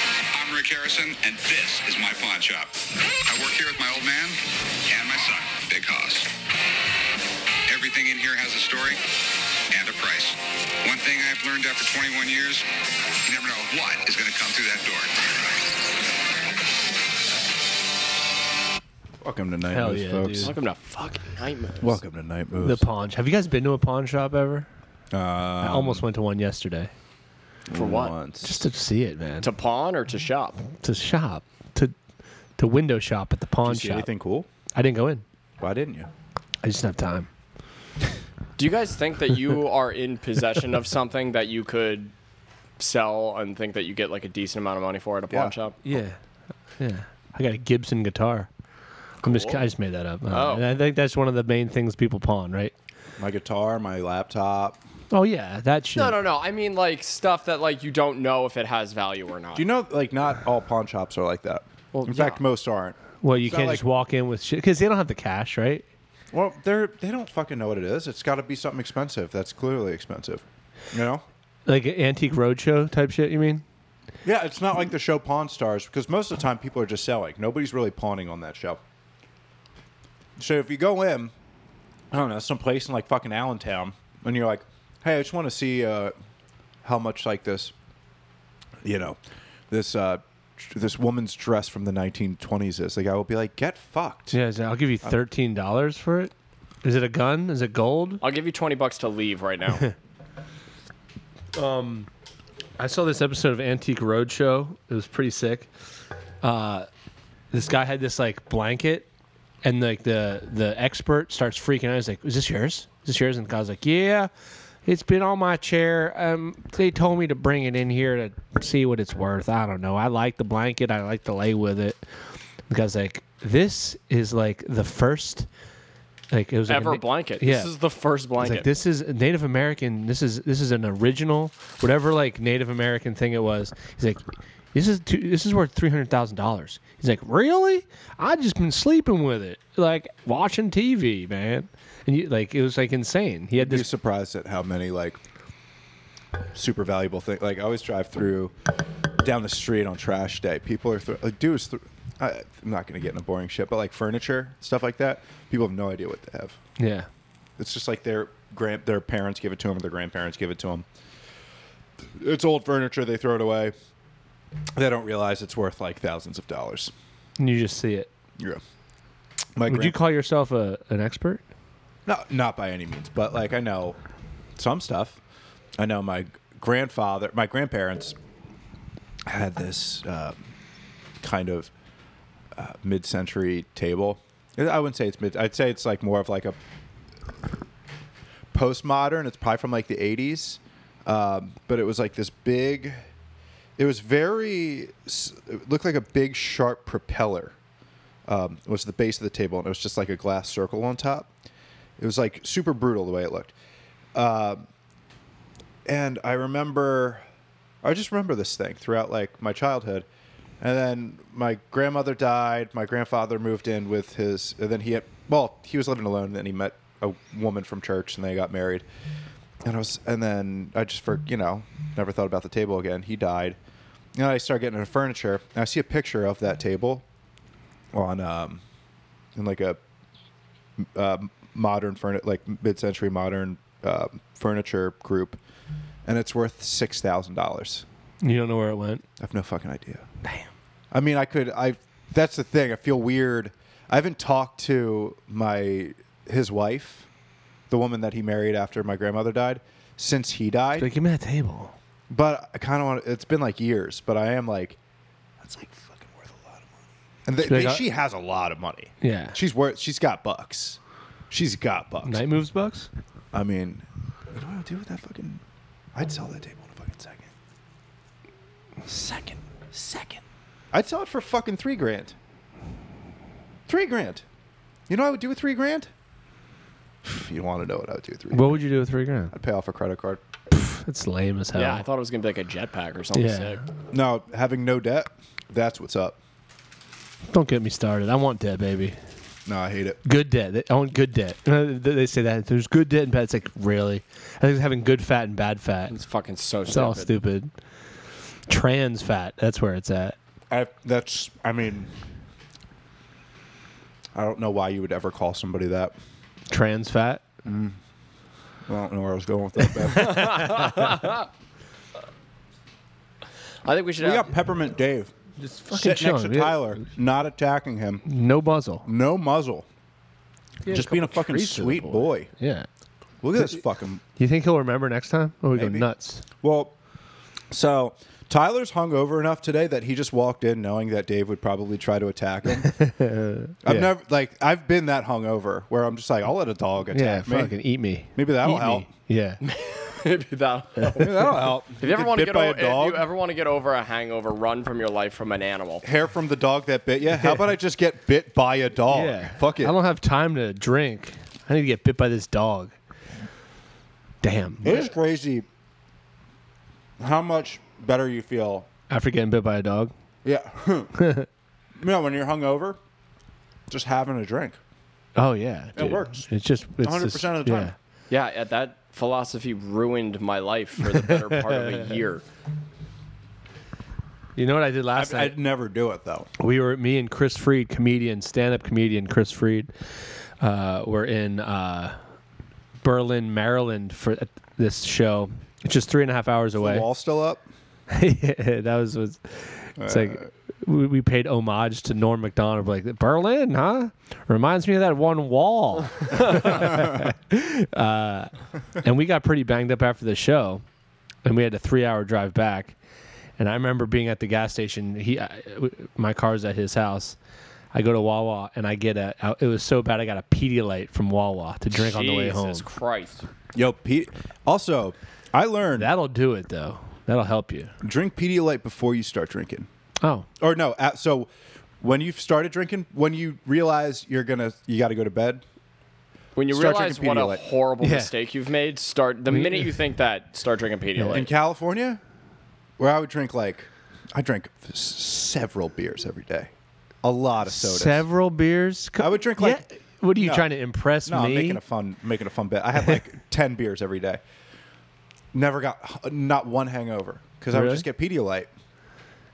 Patrick Harrison, and this is my pawn shop. I work here with my old man and my son, Big Hoss. Everything in here has a story and a price. One thing I've learned after 21 years, you never know what is going to come through that door. Welcome to Night Hell Moves, yeah, folks. dude. Welcome to fucking nightmares. Welcome to Night Moves. The pawn. Have you guys been to a pawn shop ever? I Um, almost went to one yesterday for what? once. just to see it, man. To pawn or to shop? to shop, to to window shop at the pawn see shop. anything cool? I didn't go in. Why didn't you? I just didn't have time. Do you guys think that you are in possession of something that you could sell and think that you get like a decent amount of money for at a pawn Yeah. shop? Yeah, yeah. I got a Gibson guitar. I'm just Cool. I just made that up. Oh. And I think that's one of the main things people pawn, right? My guitar, my laptop. Oh yeah, that shit. No, no, no. I mean like stuff that like you don't know if it has value or not. Do you know, like, not all pawn shops are like that. Well, in fact, yeah. most aren't. Well, you It's not can't just like- walk in with shit because they don't have the cash, right? Well, they're they don't fucking know what it is. It's got to be something expensive. That's clearly expensive. You know? Like an antique roadshow type shit. You mean? Yeah, it's not like the show Pawn Stars because most of the time people are just selling. Nobody's really pawning on that show. So if you go in, I don't know, some place in like fucking Allentown, and you're like, "Hey, I just want to see uh, how much like this, you know, this uh, tr- this woman's dress from the 1920s is." The guy will be like, "Get fucked." Yeah, so I'll give Uh, you thirteen dollars for it. Is it a gun? Is it gold? I'll give you 20 bucks to leave right now. I saw this episode of Antique Roadshow. It was pretty sick. Uh, this guy had this like blanket, and like the the expert starts freaking out. He's like, "Is this yours? Is this yours?" And the guy's like, "Yeah, it's been on my chair. Um, they told me to bring it in here to see what it's worth. I don't know. I like the blanket. I like to lay with it." The guy's like, "This is like the first, like it was like a Ever na- blanket. Yeah, This is the first it's blanket. like this is Native American. This is this is an original, whatever like Native American thing it was. He's like, this is two, this is worth three hundred thousand dollars. He's like, really? I just been sleeping with it, like watching TV, man. And you, like it was like insane. He had You're this. surprised at how many like super valuable things. Like I always drive through down the street on trash day. People are thro- like dudes. Th- I, I'm not gonna get into boring shit, but like furniture stuff like that, people have no idea what they have. Yeah, It's just like their grand their parents give it to them or their grandparents give it to them. It's old furniture. They throw it away. They don't realize it's worth like thousands of dollars. and you just see it. Yeah. My Would you call yourself a an expert? Not not by any means, but like I know some stuff. I know my grandfather, my grandparents had this uh, kind of uh, mid-century table. I wouldn't say it's mid. I'd say it's like more of like a postmodern. It's probably from like the '80s, um, but it was like this big. It was very. s- It looked like a big sharp propeller. Um, was the base of the table, and it was just like a glass circle on top. It was like super brutal the way it looked. Um and I remember, I just remember this thing throughout like my childhood. And then my grandmother died. My grandfather moved in with his, and then he had, well, he was living alone. And then he met a woman from church and they got married. And I was, and then I just, for, you know, never thought about the table again. He died. And I started getting into furniture. And I see a picture of that table on, um, in like a modern furniture, like mid-century modern uh, furniture group, and it's worth six thousand dollars. You don't know where it went. I have no fucking idea. Damn. I mean, I could. I. That's the thing. I feel weird. I haven't talked to my his wife, the woman that he married after my grandmother died, since he died. Like give me that table. But I kind of want. It's been like years, but I am like, that's like fucking worth a lot of money. uh, And they, Should I they- got- she has a lot of money. Yeah. She's worth. She's got bucks. She's got bucks. Night moves bucks. I mean, what do I do with that fucking? I'd sell that table in a fucking second. second. Second. I'd sell it for fucking three grand. Three grand. You know what I would do with three grand? You want to know what I would do with three? What would you do with three grand? I'd pay off a credit card. That's lame as hell. Yeah, I thought it was going to be like a jetpack or something Yeah. sick. No, having no debt. That's what's up. don't get me started. I want debt, baby. No, I hate it. Good debt. They- I want good debt. You know, th- They say that there's good debt and bad. It's like really. I think it's having good fat and bad fat. It's fucking so It's all stupid. Trans fat. That's where it's at. I that's I mean I don't know why you would ever call somebody that. Trans fat. I don't know where I was going with that. but- I think we should we have. got Peppermint Dave Just fucking sitting next to chilling, dude. Tyler, not attacking him, No muzzle. no muzzle, Yeah, just being a couple fucking treats to the sweet boy. Yeah. Look at this fucking. You think he'll remember next time? Or we Maybe. go nuts. Well, so Tyler's hungover enough today that he just walked in knowing that Dave would probably try to attack him. I've Yeah. never like I've been that hungover where I'm just like I'll let a dog Yeah, attack me. fucking eat me. Maybe that'll Eat me. help. Yeah. Maybe that. If Maybe that'll help. If you ever want to get over, if you ever want to get over a hangover, run from your life from an animal. hair from the dog that bit you. How about I just get bit by a dog? yeah. Oh, Fuck it. I don't have time to drink. I need to get bit by this dog. Damn. It is crazy how much better you feel. After getting bit by a dog. Yeah. you know, when you're hungover, just having a drink. Oh yeah. dude. works. It's just it's 100% just- of the time. yeah. Yeah, yeah, that philosophy ruined my life for the better part of a year. You know what I did last night? I'd never do it though. we were me and Chris Freed, comedian, stand-up comedian Chris Freed, uh, were in uh, Berlin, Maryland for this show. It's just three and a half hours away. Wall still up? yeah, that was was. It's Uh, like we, we paid homage to Norm Macdonald. Like Berlin, huh? Reminds me of that one wall. uh, and we got pretty banged up after the show, and we had a three-hour drive back. And I remember being at the gas station. He, I, w- my car's at his house. I go to Wawa and I get a. I- It was so bad I got a Pedialyte from Wawa to drink on the way home. Jesus Christ. Yo, Pete. Also, I learned That'll do it though. That'll help you. drink Pedialyte before you start drinking. Oh, Or no, at, so when you've started drinking, when you realize you're gonna, you got to go to bed. When you Start realize drinking what a Pedialyte. horrible Yeah. mistake you've made, start the minute you think that, start drinking In Pedialyte. California, where I would drink like, I drank s- several beers every day, a lot of sodas. Several beers. Co- I would drink, like- Yeah. What are you No. trying to impress No, me? I'm making a fun making a fun bit. I had like ten beers every day. Never got not one hangover because I would Really? just get Pedialyte.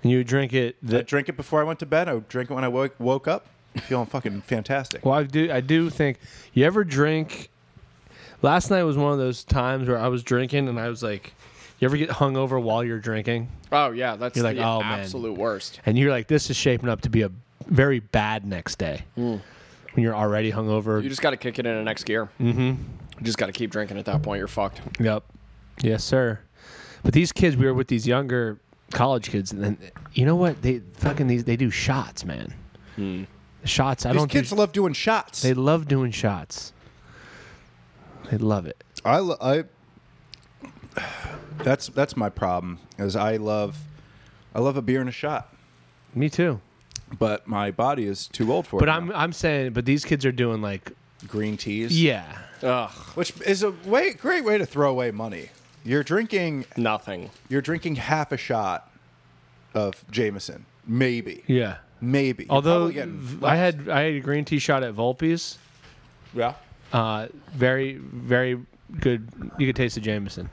and you drink it. I'd The, drink it before I went to bed. I would drink it when I woke, woke up, feeling fucking fantastic. well, I do. I do think you ever drink. Last night was one of those times where I was drinking and I was like, you ever get hungover while you're drinking, Oh yeah, that's You're like, the "Oh, man." absolute worst. and you're like, this is shaping up to be a very bad next day. Mm. When you're already hungover. You just got to kick it in the next gear. Mm-hmm. You just got to keep drinking at that point. You're fucked. yep. Yes, sir. But these kids, we were with these younger college kids, and then you know what? They fucking these. They do shots, man. Shots. I Hmm. These don't. do kids love doing shots. They love doing shots. They love it. I, lo- I that's that's my problem is I love I love a beer and a shot, Me too. but my body is too old for it. But now. I'm I'm saying, but these kids are doing like green teas, yeah. Ugh, which is a way great way to throw away money. You're drinking nothing. you're drinking half a shot of Jameson, maybe, Yeah. maybe. You're Although probably getting v- I less. had I had a green tea shot at Volpe's. yeah, Uh, very very good. You could taste the Jameson.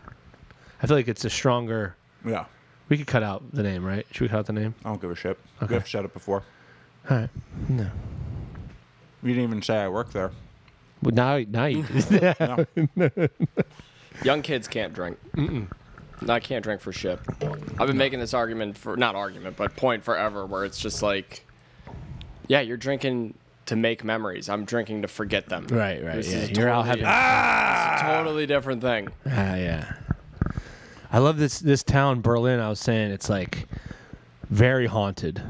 I feel like it's a stronger. yeah. We could cut out the name, right? Should we cut out the name? I don't give a shit. We have shut it before. All right. No. You didn't even say I work there. Well, now now you. Young kids can't drink. No, I can't drink for shit. I've been making this argument for not argument, but point forever, where it's just like, yeah, you're drinking to make memories. I'm drinking to forget them. right right. This Yeah. is You're out totally- having. Totally different thing. Ah, yeah. I love this this town, Berlin. I was saying it's like very haunted.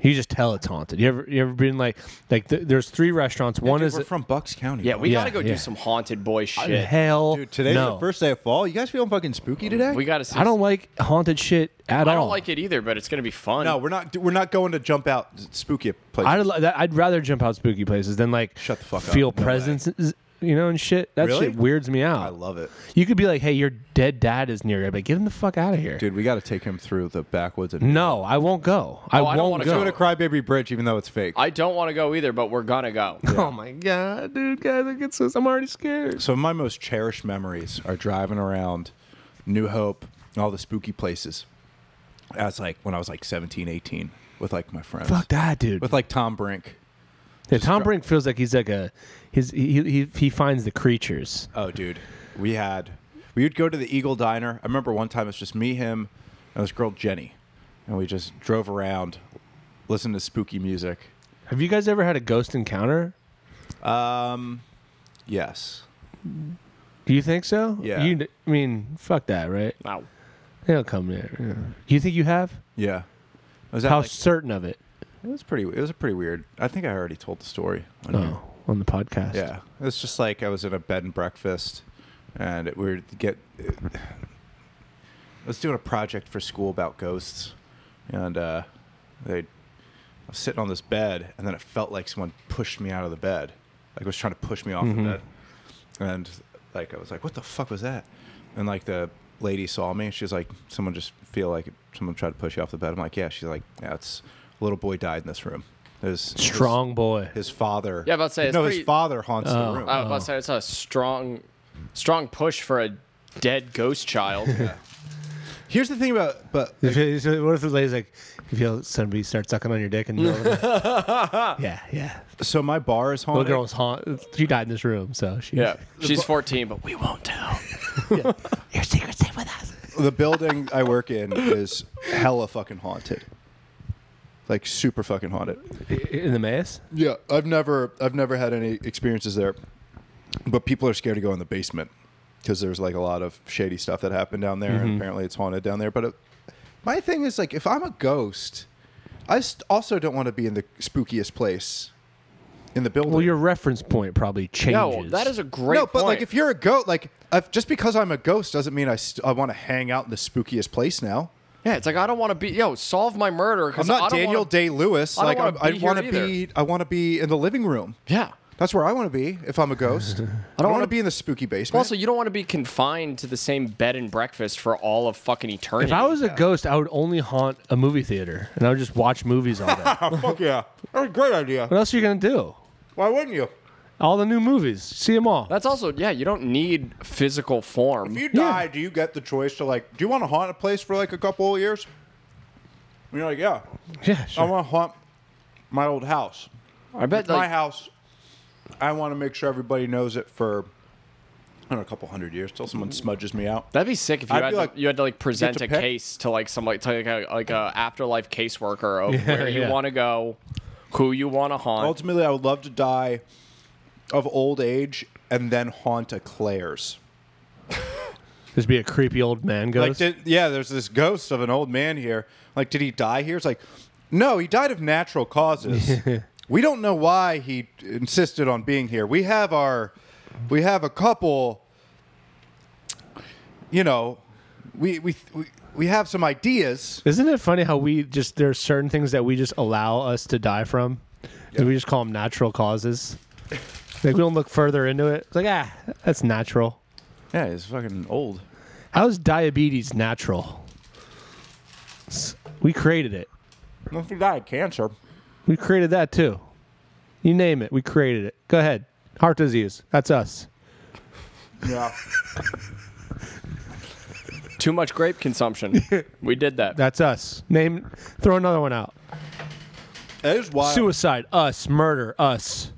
You just tell it's haunted. You ever you ever been like like th- there's three restaurants. One Dude, is we're from Bucks County. Yeah, bro. we Yeah, gotta go yeah. do some haunted boy shit. hell. Dude, today's no. the first day of fall. You guys feeling fucking spooky today? We gotta. See I don't like haunted shit at all. I don't like it either, but it's gonna be fun. no, we're not. We're not going to jump out spooky places. I'd, li- that- I'd rather jump out spooky places than like Shut the fuck up. feel No way. presences, you know, and shit. That Really? shit weirds me out. I love it, you could be like, hey, your dead dad is near you, but get him the fuck out of here. dude. We got to take him through the backwoods and No, I won't go. Oh, I I won't don't wanna go. go to Crybaby Bridge, even though it's fake. I don't want to go either, but we're gonna go. Oh my god, dude, guys, I get so, I'm already scared. Some of my most cherished memories are driving around New Hope and all the spooky places. That's like when I was like 17, 18. with like my friends. Fuck that, dude. With like Tom Brink. yeah, Tom dri- Brink feels like he's like a his he, he he finds the creatures. Oh, dude, we had we would go to the Eagle Diner. I remember one time it's just me, him, and this girl Jenny, and we just drove around, listened to spooky music. Have you guys ever had a ghost encounter? Yes, Do you think so? Yeah. You, I mean, fuck that, right? Wow. They'll come there. Yeah. You think you have? yeah. I was at, How like- certain of it? it was pretty. It was pretty weird. I think I already told the story. on here. Oh, on the podcast. Yeah, it was just like I was in a bed and breakfast, and it, we were to get. I was doing a project for school about ghosts, and uh, they, I was sitting on this bed, and then it felt like someone pushed me out of the bed, like was trying to push me off Mm-hmm. the bed, and like I was like, "What the fuck was that?" And like the lady saw me, and she was like, "Someone just feel like someone tried to push you off the bed." I'm like, "Yeah." She's like, "Yeah, it's a little boy died in this room." There's Strong boy. his father. Yeah, I was about to say, it's no, pretty- his father haunts Oh. the room. I was about to say it's a strong, strong push for a dead ghost child. Here's the thing about, but If it- so what if the lady's like, if you somebody starts sucking on your dick and yeah, yeah. so my bar is The haunted. girl was haunted. She died in this room, so she. yeah, she's 14, but we won't tell. Your secret's safe with us. The building I work in is hella fucking haunted, like super fucking haunted. In the maze. Yeah, I've never, I've never had any experiences there, but people are scared to go in the basement because there's like a lot of shady stuff that happened down there, Mm-hmm. and apparently it's haunted down there. But it, my thing is like, if I'm a ghost, I st- also don't want to be in the spookiest place in the building. Well, your reference point probably changes. No, that is a great. no, but like point. if you're a ghost, like if, just because I'm a ghost doesn't mean I st- I want to hang out in the spookiest place now. yeah, it's like I don't want to be. Yo, solve my murder. 'cause I'm I not don't Daniel wanna- Day Lewis. I don't Like wanna I'm, I be here want to either. be I want to be in the living room. Yeah. That's where I want to be if I'm a ghost. I don't, want wanna- to be in the spooky basement. Also, you don't want to be confined to the same bed and breakfast for all of fucking If eternity. I was a ghost, I would only haunt a movie theater, and I would just watch movies all day. oh, fuck yeah, that's a great idea. what else are you gonna do? Why wouldn't you? All the new movies, see them all. That's also yeah. You don't need physical form. If you die, do you get the choice to like? Do you want to haunt a place for like a couple of years? And you're like, yeah, yeah, I um, sure. want to haunt my old house. I bet my like, house. I want to make sure everybody knows it for I don't know, a couple hundred years till someone smudges me out. that'd be sick if you I'd had be to, like, you had to like present to a pick. case to like some like to like a, like a afterlife caseworker of Yeah, where you yeah. want to go, who you want to haunt. Ultimately, I would love to die of old age and then haunt a Claire's. Just be a creepy old man Like, ghost. did, yeah, there's this ghost of an old man here. Like, did he die here? It's like, no, he died of natural causes. we don't know why he insisted on being here. We have our, we have a couple. You know, we we we, we have some ideas. Isn't it funny how we just there are certain things that we just allow us to die from, and we just call them natural causes. Like we don't look further into it. It's like ah, that's natural. Yeah, he's fucking old. How's diabetes natural? S- We created it. Unless he died of cancer. We created that too. You name it, we created it. Go ahead. Heart disease. That's us. Yeah. Too much grape consumption. we did that. That's us. Name. Throw another one out. That is Uh, wild. Suicide. Us. Murder. Us.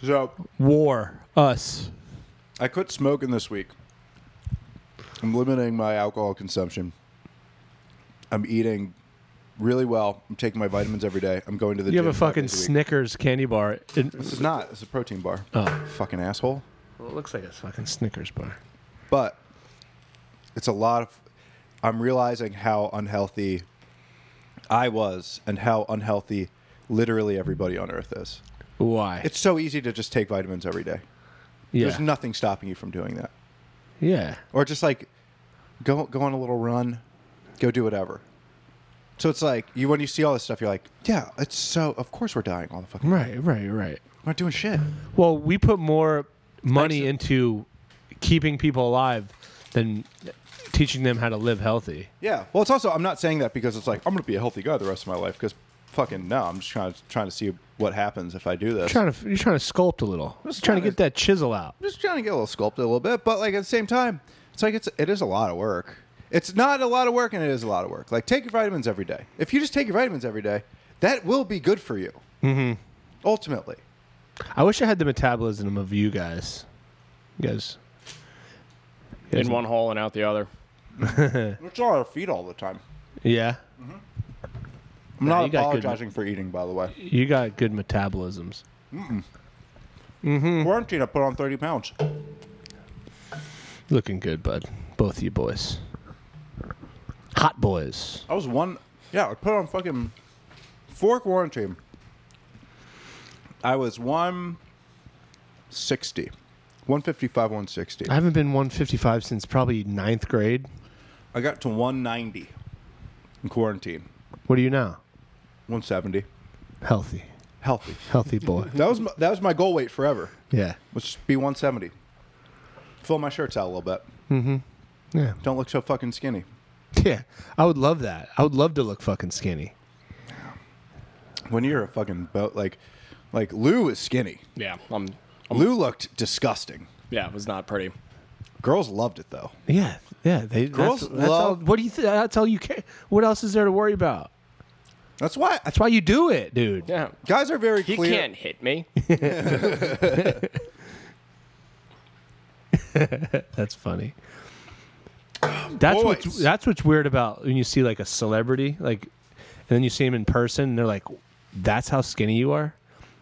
so War. Us. I quit smoking this week. I'm limiting my alcohol consumption. I'm eating really well. I'm taking my vitamins every day. I'm going to the You gym. have a five fucking days week. Snickers candy bar. It This is not. It's a protein bar. Oh. Fucking asshole. looks like a fucking Snickers bar. But it's a lot of. I'm realizing how unhealthy I was and how unhealthy literally everybody on earth is. Why? It's so easy to just take vitamins every day. yeah. There's nothing stopping you from doing that. yeah. or just like go go on a little run, go do whatever. So it's like you when you see all this stuff, you're like, yeah, it's so of course we're dying all the fucking. Right. Right. Right. We're not doing shit. Well, we put more money into keeping people alive than teaching them how to live healthy. Yeah. Well, it's also I'm not saying that because it's like I'm gonna be a healthy guy the rest of my life because fucking no, I'm just trying to trying to see what happens if I do this. Trying to you're trying to sculpt a little. Just trying to trying get that chisel out. I'm just trying to get a little sculpted a little bit, but like at the same time, it's like it's it is a lot of work. It's not a lot of work, and it is a lot of work. Like take your vitamins every day. If you just take your vitamins every day, that will be good for you. Mm-hmm. Ultimately, I wish I had the metabolism of you guys. You guys. you guys- in one hole and out the other. it's on our feet all the time. Yeah. I'm Yeah, not you got good- apologizing for eating, by the way. You got good metabolisms. Mm. Quarantine, I put on 30 pounds. Looking good, bud. Both of you boys. Hot boys. I was one. Yeah, I put on fucking four quarantine. I was 160. 155, 160. I haven't been 155 since probably ninth grade. I got to 190 in quarantine. What are you now? 170. Healthy. Healthy. Healthy boy. That was my, that was my goal weight forever. yeah. Was just be 170. Fill my shirts out a little bit. Mm-hmm. Yeah. Don't look so fucking skinny. Yeah. I would love that. I would love to look fucking skinny. When you're a fucking boat, like, like Lou is skinny. Yeah, um, Lou looked disgusting. yeah, it was not pretty. Girls loved it though. Yeah. Yeah. They, Girls that's, that's all, love- what do you think? That's all you care. What else is there to worry about? That's why That's why you do it, dude. Yeah, guys are very he clear. can't hit me. That's funny. That's what's Um, Boys. that's what's weird about when you see like a celebrity, like, and then you see him in person, and they're like, "That's how skinny you are."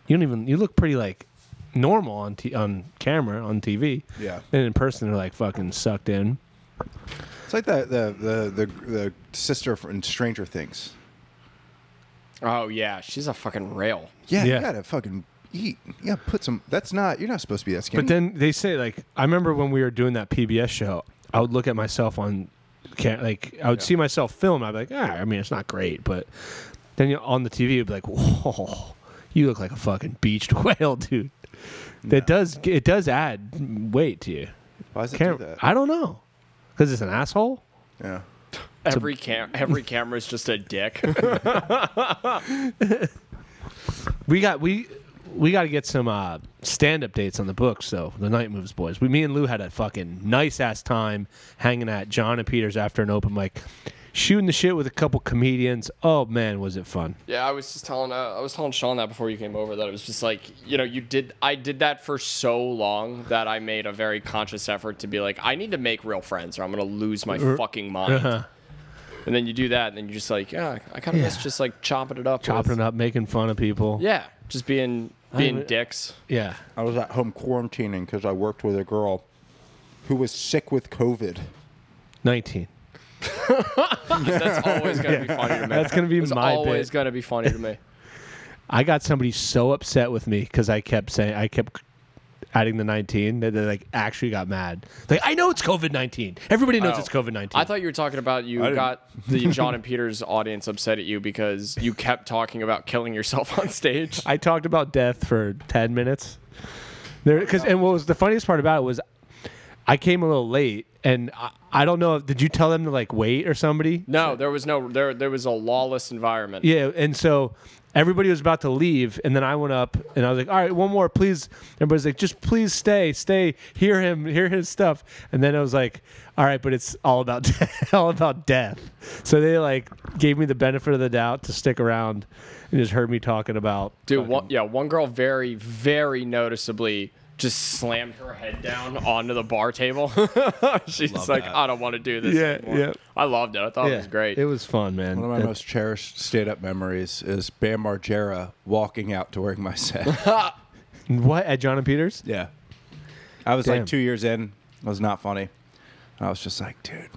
You don't even you look pretty like normal on t- on camera on TV. Yeah. And in person, they're like fucking sucked in. It's like the the the the, the sister from Stranger Things. Oh yeah, she's a fucking rail. Yeah, Yeah. you gotta fucking eat. Yeah, put some. That's not. You're not supposed to be that skinny. But then they say like I remember when we were doing that PBS show, I would look at myself on can like I would see myself film. I'd be like, ah, I mean, it's not great, but then you on the TV, it'd be like, whoa, you look like a fucking beached whale, dude. That does it does add weight to you. why does it Cam- do that? I don't know because it's an asshole. yeah. Every cam, every camera is just a dick. We got we. We got to get some uh, stand-up dates on the books, though. The Night Moves boys. We, me and Lou had a fucking nice-ass time hanging at John and Peter's after an open mic, shooting the shit with a couple comedians. Oh man, was it fun! Yeah, I was just telling uh, I was telling Sean that before you came over that it was just like you know you did I did that for so long that I made a very conscious effort to be like I need to make real friends or I'm gonna lose my fucking mind. And then you do that and then you're just like yeah I kind of miss Yeah. just like chopping it up. Chopping with- it up, making fun of people. Yeah, just being being I'm- dicks. yeah. I was at home quarantining because I worked with a girl who was sick with COVID. Nineteen. That's always gonna be funny to me. That's gonna be It's my always bit. gonna be funny to me. I got somebody so upset with me because I kept saying I kept adding the nineteen that they like actually got mad. Like I know it's COVID nineteen. Everybody knows Oh. it's COVID nineteen. I thought you were talking about you didn't- got the John and Peter's audience upset at you because you kept talking about killing yourself on stage. I talked about death for ten minutes. There, because and what was the funniest part about it was, I came a little late, and I, I don't know. if Did you tell them to like wait or somebody? No, there was no there. There was a lawless environment. Yeah, and so everybody was about to leave, and then I went up and I was like, "All right, one more, please." Everybody's like, "Just please stay, stay, hear him, hear his stuff." And then I was like, "All right, but it's all about all about death." So they like gave me the benefit of the doubt to stick around and just heard me talking about dude. One, yeah, one girl very, very noticeably just slammed her head down onto the bar table. She's like, I don't want to do this. Yeah, anymore." yeah. I loved it. I thought it was great. It was fun, man. One of my That- most cherished stand-up memories is Bam Margera walking out during my set. What at John and Peter's? yeah, I was Damn. like two years in. It was not funny. I was just like, dude,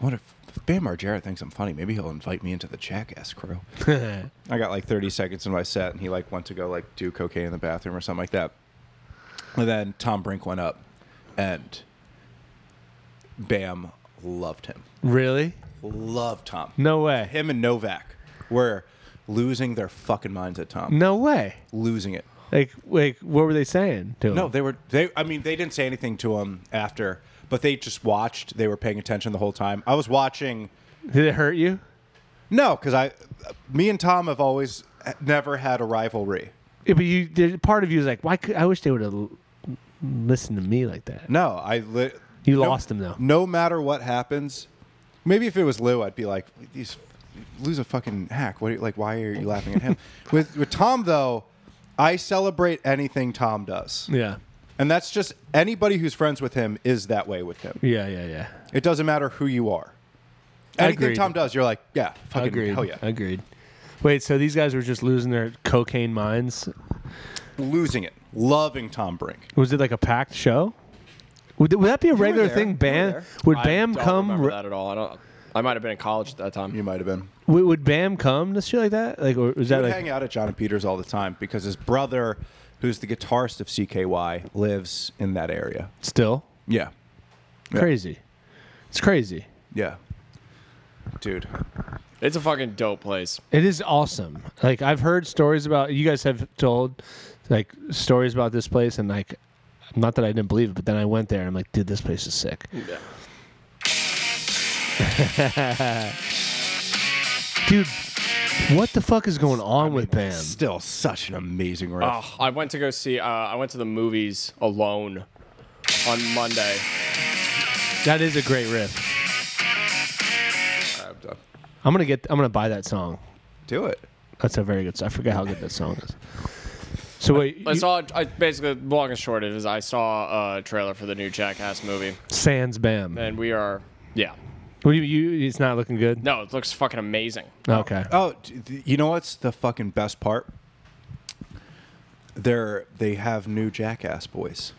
what if Bam Margera thinks I'm funny? Maybe he'll invite me into the Jackass crew. I got like 30 seconds in my set, and he like went to go like do cocaine in the bathroom or something like that. And then Tom Brink went up, and Bam loved him. Really? Love Tom. No way. him and Novak were losing their fucking minds at Tom. No way. Losing it. Like, like, what were they saying to him? No, they were. They. I mean, they didn't say anything to him after, but they just watched. They were paying attention the whole time. I was watching. did it hurt you? No, because I, me and Tom have always never had a rivalry. Yeah, but you, there- part of you is like, why? Could, I wish they would have l- listened to me like that. No, I. Li- You no- lost him, though. No matter what happens, Maybe if it was Lou, I'd be like, "These Lou's a fucking hack. What? Are you, like, why are you laughing at him?" with with Tom though, I celebrate anything Tom does, Yeah. and that's just anybody who's friends with him is that way with him. Yeah, yeah, yeah. It doesn't matter who you are. Anything Agreed. Tom does, you're like, yeah, fucking Agreed. hell yeah, Agreed. Wait, so these guys were just losing their cocaine minds? losing it, loving Tom Brink. Was it like a packed show? Would, th- would that be a regular there. You thing? were Bam there. would I Bam don't come? Remember re- that at all? I don't. I might have been in college at that time. You might have been. Would, would Bam come to shit like that? Like, or was He that would like? hang out at John and Peters all the time because his brother, who's the guitarist of CKY, lives in that area. Still Yeah, crazy. It's crazy. yeah, dude. It's a fucking dope place. It is awesome. Like I've heard stories about you guys have told like stories about this place and like not that I didn't believe it, but then I went there and I'm like, dude, this place is sick. Dude, what the fuck is going on with Bam? Still such an amazing riff. Oh, I went to go see. Uh, I went to the movies alone on Monday. That is a great riff. I'm done. I'm gonna get I'm gonna buy that song. Do it. That's a very good song. I forget how good that song is. So wait, I you- saw. I basically, long and short, it is I saw a trailer for the new Jackass movie, Sans Bam. and we are. Yeah. What do you, you it's not looking good? No, it looks fucking amazing. Okay. Oh, d- d- you know what's the fucking best part? They're they have new Jackass boys.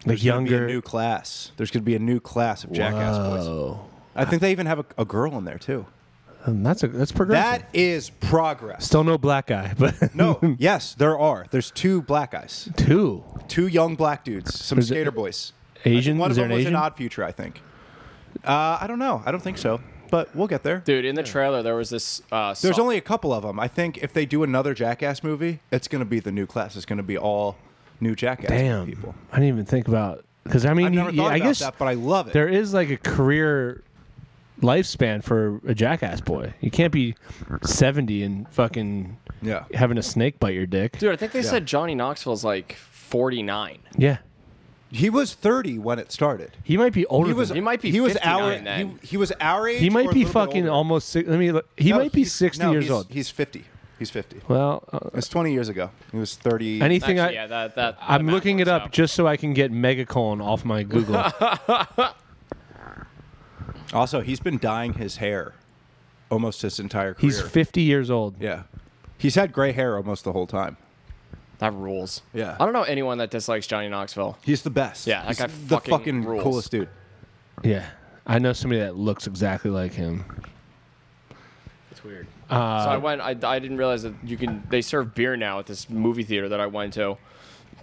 Like There's gonna be a younger. new class. There's gonna be a new class of Jackass boys. Oh. I think they even have a, a girl in there too. Um, that's a that's progressive. That is progress. Still no black guy, but No, yes, there are. There's two black guys, two two young black dudes, some Is it- skater boys. Asian. One Is of there them an was Asian? an odd future, I think. Uh, I don't know. I don't think so, but we'll get there. Dude, in the trailer there was this. Uh, There's song- only a couple of them. I think if they do another Jackass movie, it's going to be the new class. It's going to be all new Jackass Damn, people. I didn't even think about because I mean, I've never yeah, thought I about guess that, but I love it. there is like a career lifespan for a jackass boy. You can't be seventy and fucking yeah. having a snake bite your dick. Dude, I think they said Johnny Knoxville's like 49. Yeah, He was 30 when it started. he might be older. He was than- He might be he was 59 our then. He, he was our age. he or might a be little bit fucking older. almost. si- Let me. look. He No, might be he's- sixty no, years he's- old. He's 50. He's 50. Well, uh, It's 20 years ago. He was 30. anything Actually, I. yeah, that, that, that I'm math looking it works up out. just so I can get megacolon off my Google. Also, he's been dyeing his hair almost his entire career. He's 50 years old. yeah. He's had gray hair almost the whole time. That rules. Yeah. I don't know anyone that dislikes Johnny Knoxville. He's the best. Yeah, that He's guy the fucking fucking rules. coolest dude. Yeah. I know somebody that looks exactly like him. It's weird. so I went. I, I didn't realize that you can. They serve beer now at this movie theater that I went to.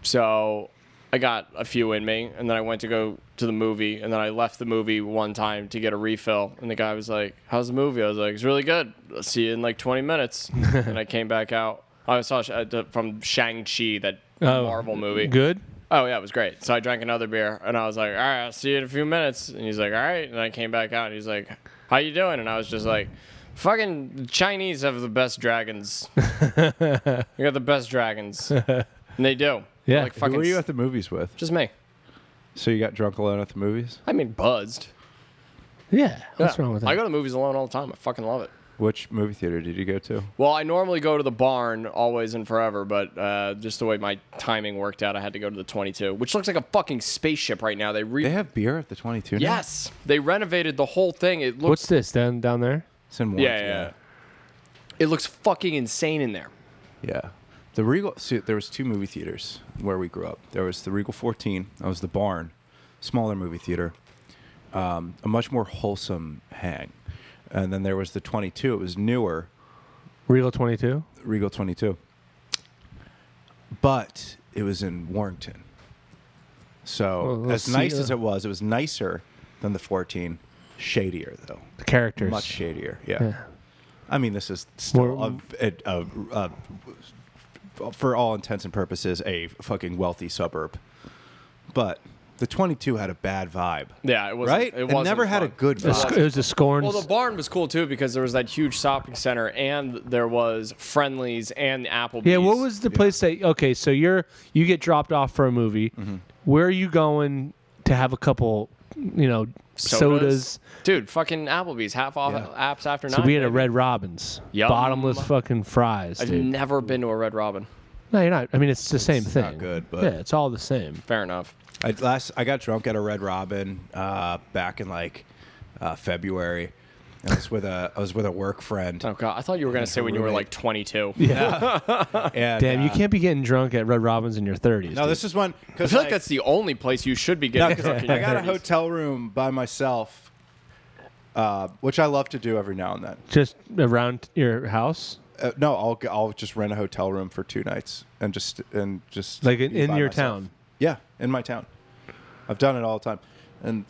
So I got a few in me, and then I went to go to the movie, and then I left the movie one time to get a refill, and the guy was like, "How's the movie?" I was like, "It's really good. I'll see you in like 20 minutes." and I came back out. I saw Sh- uh, the- from Shang Chi that Oh, Marvel movie. Good? Oh yeah, it was great. So I drank another beer, and I was like, "All right, I'll see you in a few minutes." And he's like, "All right," and I came back out, and he's like, "How you doing?" And I was just like, "Fucking Chinese have the best dragons. you got the best dragons, and they do. Yeah. like Who fucking s- the movies with? just me. So you got drunk alone at the movies? I mean, buzzed. Yeah. What's Yeah. wrong with I that? go to the movies alone all the time. I fucking love it. Which movie theater did you go to? Well, I normally go to the barn always and forever, but uh, just the way my timing worked out, I had to go to the 22, which looks like a fucking spaceship right now. They re- They have beer at the 22 now? yes, they renovated the whole thing. It looks What's this down down there? It's in Lawrence, Yeah, yeah. It looks fucking insane in there. yeah. Yeah. The Regal, see, there was two movie theaters where we grew up. There was the Regal 14. That was the Barn, smaller movie theater, um, a much more wholesome hang. And then there was the 22. It was newer. Regal 22? Regal 22. But it was in Warrington. So, Well, as see, nice uh, as it was, it was nicer than the 14. Shadier, though. The characters. Much shadier. Yeah. Yeah. I mean, this is still, More- a, a, a, a- for all intents and purposes, a fucking wealthy suburb. But the 22 had a bad vibe. Yeah, it was Right? It never had a good The vibe. sc- it was a scorn. Well, the barn was cool too because there was that huge shopping center, and there was Friendlies and Applebee's. yeah, what was the place that Okay, Mm-hmm. so you're you get dropped off for a movie. Where are you going to have a couple you know sodas. Dude, fucking Applebee's half off Yeah. apps after nine. So we had a baby. Red Robin's, Yum. bottomless fucking fries, I've dude. never been to a Red Robin. No, you're not. I mean, it's the same thing. not good, but- yeah, it's all the same. Fair enough. I last I got drunk at a Red Robin uh, back in like uh, February. And I was with a I was with a work friend. Oh god, I thought you were gonna say when you were roommate. like 22. And, Damn, you uh, can't be getting drunk at Red Robin's in your 30s. No, this is one I because feel like that's the only place you should be No, getting. 'cause drunk in I your got a 30s. hotel room by myself, uh, which I love to do every now and then. just around your house, Uh, no, I'll g- I'll just rent a hotel room for two nights and just and just like in, be in by your myself. town. Yeah, in my town. I've done it all the time, and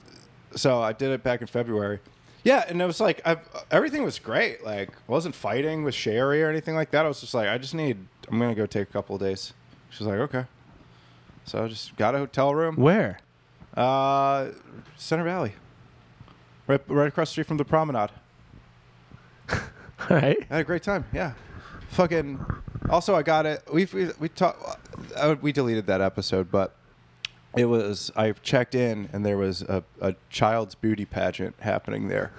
so I did it back in February. Yeah, and it was like I've, everything was great. Like I wasn't fighting with Sherry or anything like that. I was just like, I just need. I'm gonna go take a couple of days. She's like, okay. So I just got a hotel room. Where? Uh, Center Valley, right, right across the street from the Promenade. All right. I had a great time. Yeah, fucking. Also, I got it. We've, we we talked. Uh, we deleted that episode, but it was. I checked in, and there was a, a child's beauty pageant happening there.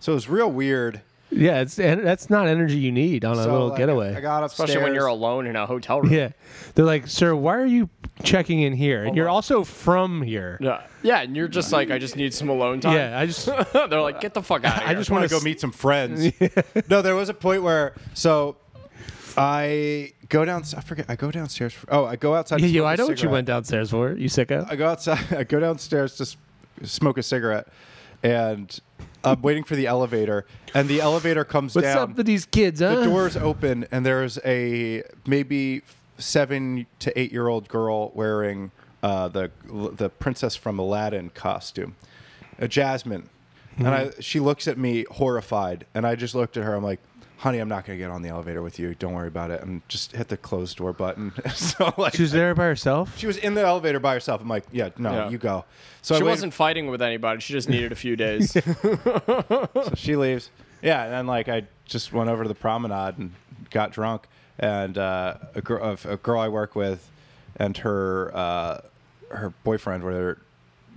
So it was real weird. Yeah, it's and that's not energy you need on a So, little like, getaway. I got upstairs. Especially when you're alone in a hotel room. yeah, they're like, sir, why are you checking in here? And you're wow. also from here. Yeah. Yeah, and you're just like, I just need some alone time. Yeah, I just They're like, get the fuck out of here. I just want wanna to go s- meet some friends. no, there was a point where so I go down. I forget. I go downstairs. For, oh, I go outside. to yeah, yo, smoke a I know what you cigarette. went downstairs for. You sicko. I go outside. I go downstairs to s- smoke a cigarette, and I'm waiting for the elevator. And the elevator comes What's down. up with these kids? Huh? the doors open, and there's a maybe seven to eight year old girl wearing uh, the the princess from Aladdin costume, a Jasmine. And Mm-hmm. I, she looks at me horrified, and I just looked at her. I'm like, "Honey, I'm not gonna get on the elevator with you. Don't worry about it." And just hit the closed door button. so like, She was there by herself. she was in the elevator by herself. I'm like, yeah, no, Yeah. you go. So she I waited- wasn't fighting with anybody. She just needed a few days. so she leaves. Yeah, and then like I just went over to the promenade and got drunk. And uh, a, gr- a, a girl I work with and her uh, her boyfriend were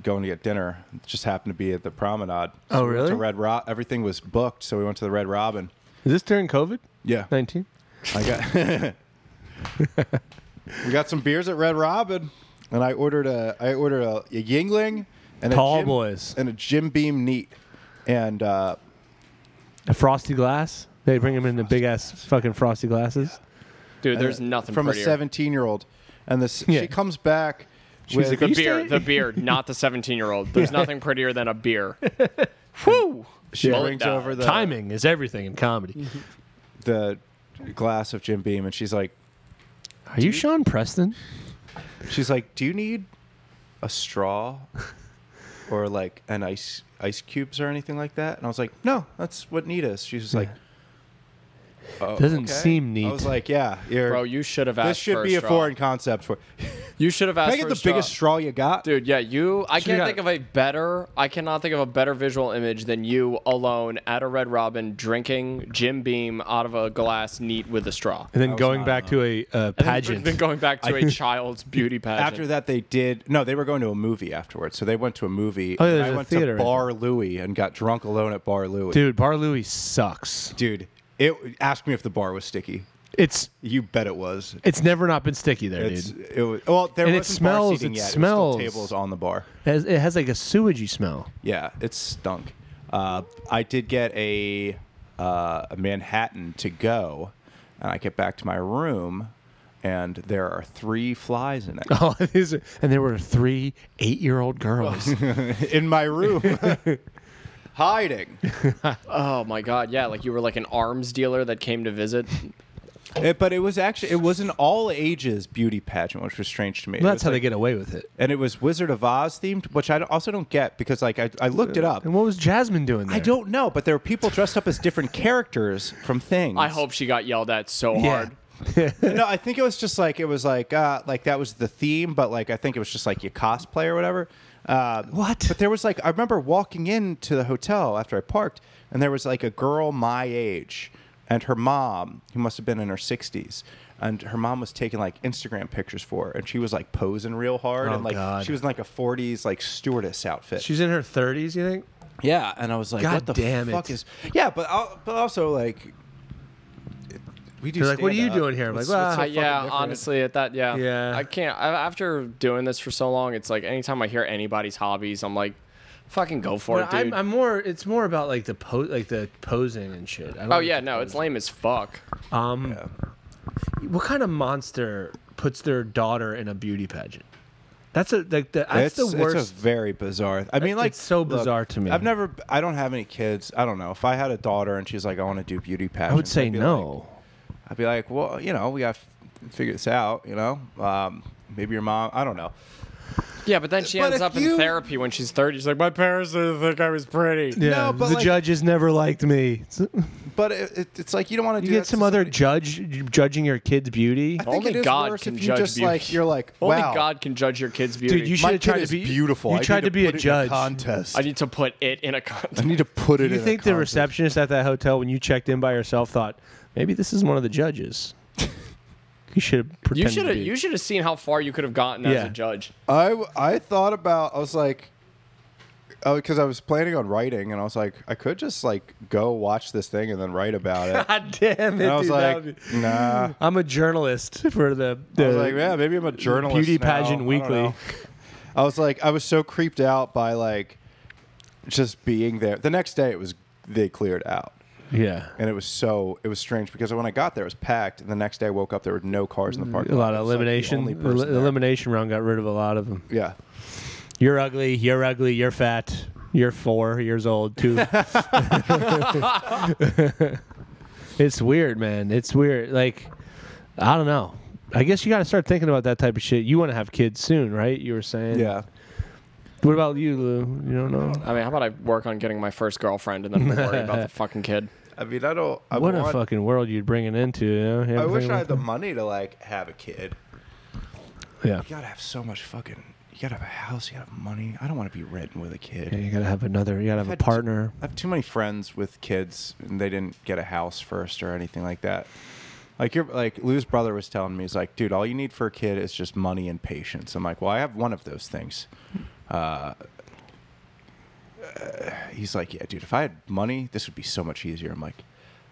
going to get dinner. Just happened to be at the promenade. So Oh, we went to really? Red Rob. Everything was booked, so we went to the Red Robin. Is this during COVID? Yeah, Nineteen. I got. we got some beers at Red Robin, and I ordered a I ordered a, a Yingling and Tall a Jim, boys. and a Jim Beam neat, and uh, A frosty glass. They bring them in the big ass fucking frosty glasses. Dude, there's nothing Uh, from prettier. a seventeen year old, and this Yeah. she comes back. with, like, the "Are you beer, serious?" the beer, not the 17 year old. There's nothing prettier than a beer. Whew. she Well, brings uh, over the Timing is everything in comedy. the glass of Jim Beam, and she's like, Are you Sean Preston? she's like, do you need a straw or like an ice ice cubes or anything like that? And I was like, no, that's what neat is. She's just like. "Oh, Doesn't okay." seem neat. I was like, yeah, you're, Bro, you should have asked This should for be a straw. foreign concept for. You should have asked Can I get for the a straw. biggest straw you got? Dude, yeah, you. I can't got- think of a better. I cannot think of a better visual image than you alone at a Red Robin drinking Jim Beam out of a glass, neat with a straw. and then was going not back to a uh, And then- pageant. Then going back to a child's beauty pageant. After that, they did. No, they were going to a movie afterwards. So they went to a movie. Oh, yeah, and there's I a went theater to right Bar Louie and got drunk alone at Bar Louie. Dude, Bar Louie sucks. Dude, it asked me if the bar was sticky. It's You bet it was. it's never not been sticky there, It's, dude. it was well, there And it wasn't smells, bar seating it yet. smells. It was still tables on the bar. It has, it has like a sewagey smell. Yeah, it stunk. Uh, I did get a, uh, a Manhattan to go, and I get back to my room, and there are three flies in it. Oh, these are, and there were three eight-year-old girls. in my room hiding Oh my god, yeah, like you were like an arms dealer that came to visit. It- but it was actually it was an all ages beauty pageant which was strange to me That's It how was they like- get away with it. and it was wizard of oz themed which i don't- also don't get because like i, I looked it up And what was Jasmine doing there? i don't know but there were people dressed up as different characters from things I hope she got yelled at so Yeah. hard. no i think it was just like it was like uh like that was the theme but like i think it was just like you cosplay or whatever uh What? But there was like I remember walking into the hotel after I parked, and there was like a girl my age and her mom, who must have been in her 60s, and her mom was taking like Instagram pictures for her, and she was like posing real hard, Oh, and like God. she was in like a 40s like stewardess outfit. She's in her 30s, you think? yeah, and I was like, God what the damn it. fuck is? Yeah, but al- but also like. We do They're like, what are you stand-up. doing here? I'm What's- what's like, well, so I- Uh, yeah, fucking different? honestly, at that, yeah, Yeah. I can't. I, after doing this for so long, it's like anytime I hear anybody's hobbies, I'm like, fucking go for it, But I'm, dude. I'm more. It's more about like the po- like the posing and shit. I don't oh like yeah, the no, posing. it's lame as fuck. Um, Mm. what kind of monster puts their daughter in a beauty pageant? That's a like the, that's it's, the it's worst. a very bizarre. I mean, like it's so look, bizarre to me. I've never. I don't have any kids. I don't know. If I had a daughter and she's like, I want to do beauty pageants, I would say I'd be like- no. I'd be like, well, you know, we got to figure this out. You know, um, maybe your mom. I don't know. Yeah, but then she But ends if up you- in therapy when she's 30. She's like, my parents didn't think I was pretty. No, but like- judges never liked me. But it, it, it's like you don't want to do You that get some to other somebody. judge judging your kid's beauty. I think Only it is God worse can if you judge just beauty. like you're like, Only wow, God can judge your kid's beauty. Dude, you my should have kid tried is to be beautiful. You I tried need to be a put it in judge. contest. I I need to put it in a context. need to put it. Do you in a think the contest. receptionist at that hotel, when you checked in by yourself, thought maybe this is one of the judges? you should have You pretended. should to have. be. You should have seen how far you could have gotten as Yeah. a judge. I w- I thought about I was like because I was planning on writing and I was like I could just like go watch this thing and then write about it. God damn it! and I was dude, that like, would be- nah. I'm a journalist for the. I the was like, yeah, maybe I'm a journalist. Beauty now. Pageant I don't Weekly. know. I was like, I was so creeped out by like just being there. The next day, it was they cleared out, yeah. and it was so it was strange because when I got there, it was packed. And the next day, I woke up, there were no cars in the parking A lot lot. It of was, like, the elimination. only the person there. elimination round got rid of a lot of them. yeah, You're ugly. You're ugly. You're fat. You're four years old too. it's weird, man. It's weird. Like, I don't know. I guess you got to start thinking about that type of shit. You want to have kids soon, right? You were saying. yeah. What about you, Lou? You don't know. I mean, how about I work on getting my first girlfriend and then worry about the fucking kid? I mean, I don't. I what want- a fucking world you'd bring it into. You know? I wish Everything I had the with- money to like have a kid. Yeah. You gotta have so much fucking. You gotta have a house. You gotta have money. I don't want to be renting with a kid. Yeah, You gotta have another. You gotta have a had t- partner. I have too many friends with kids, and they didn't get a house first or anything like that. Like your like Lou's brother was telling me, he's like, dude, all you need for a kid is just money and patience. I'm like, well, I have one of those things. Uh, uh, he's like, yeah, dude, if I had money, this would be so much easier. I'm like,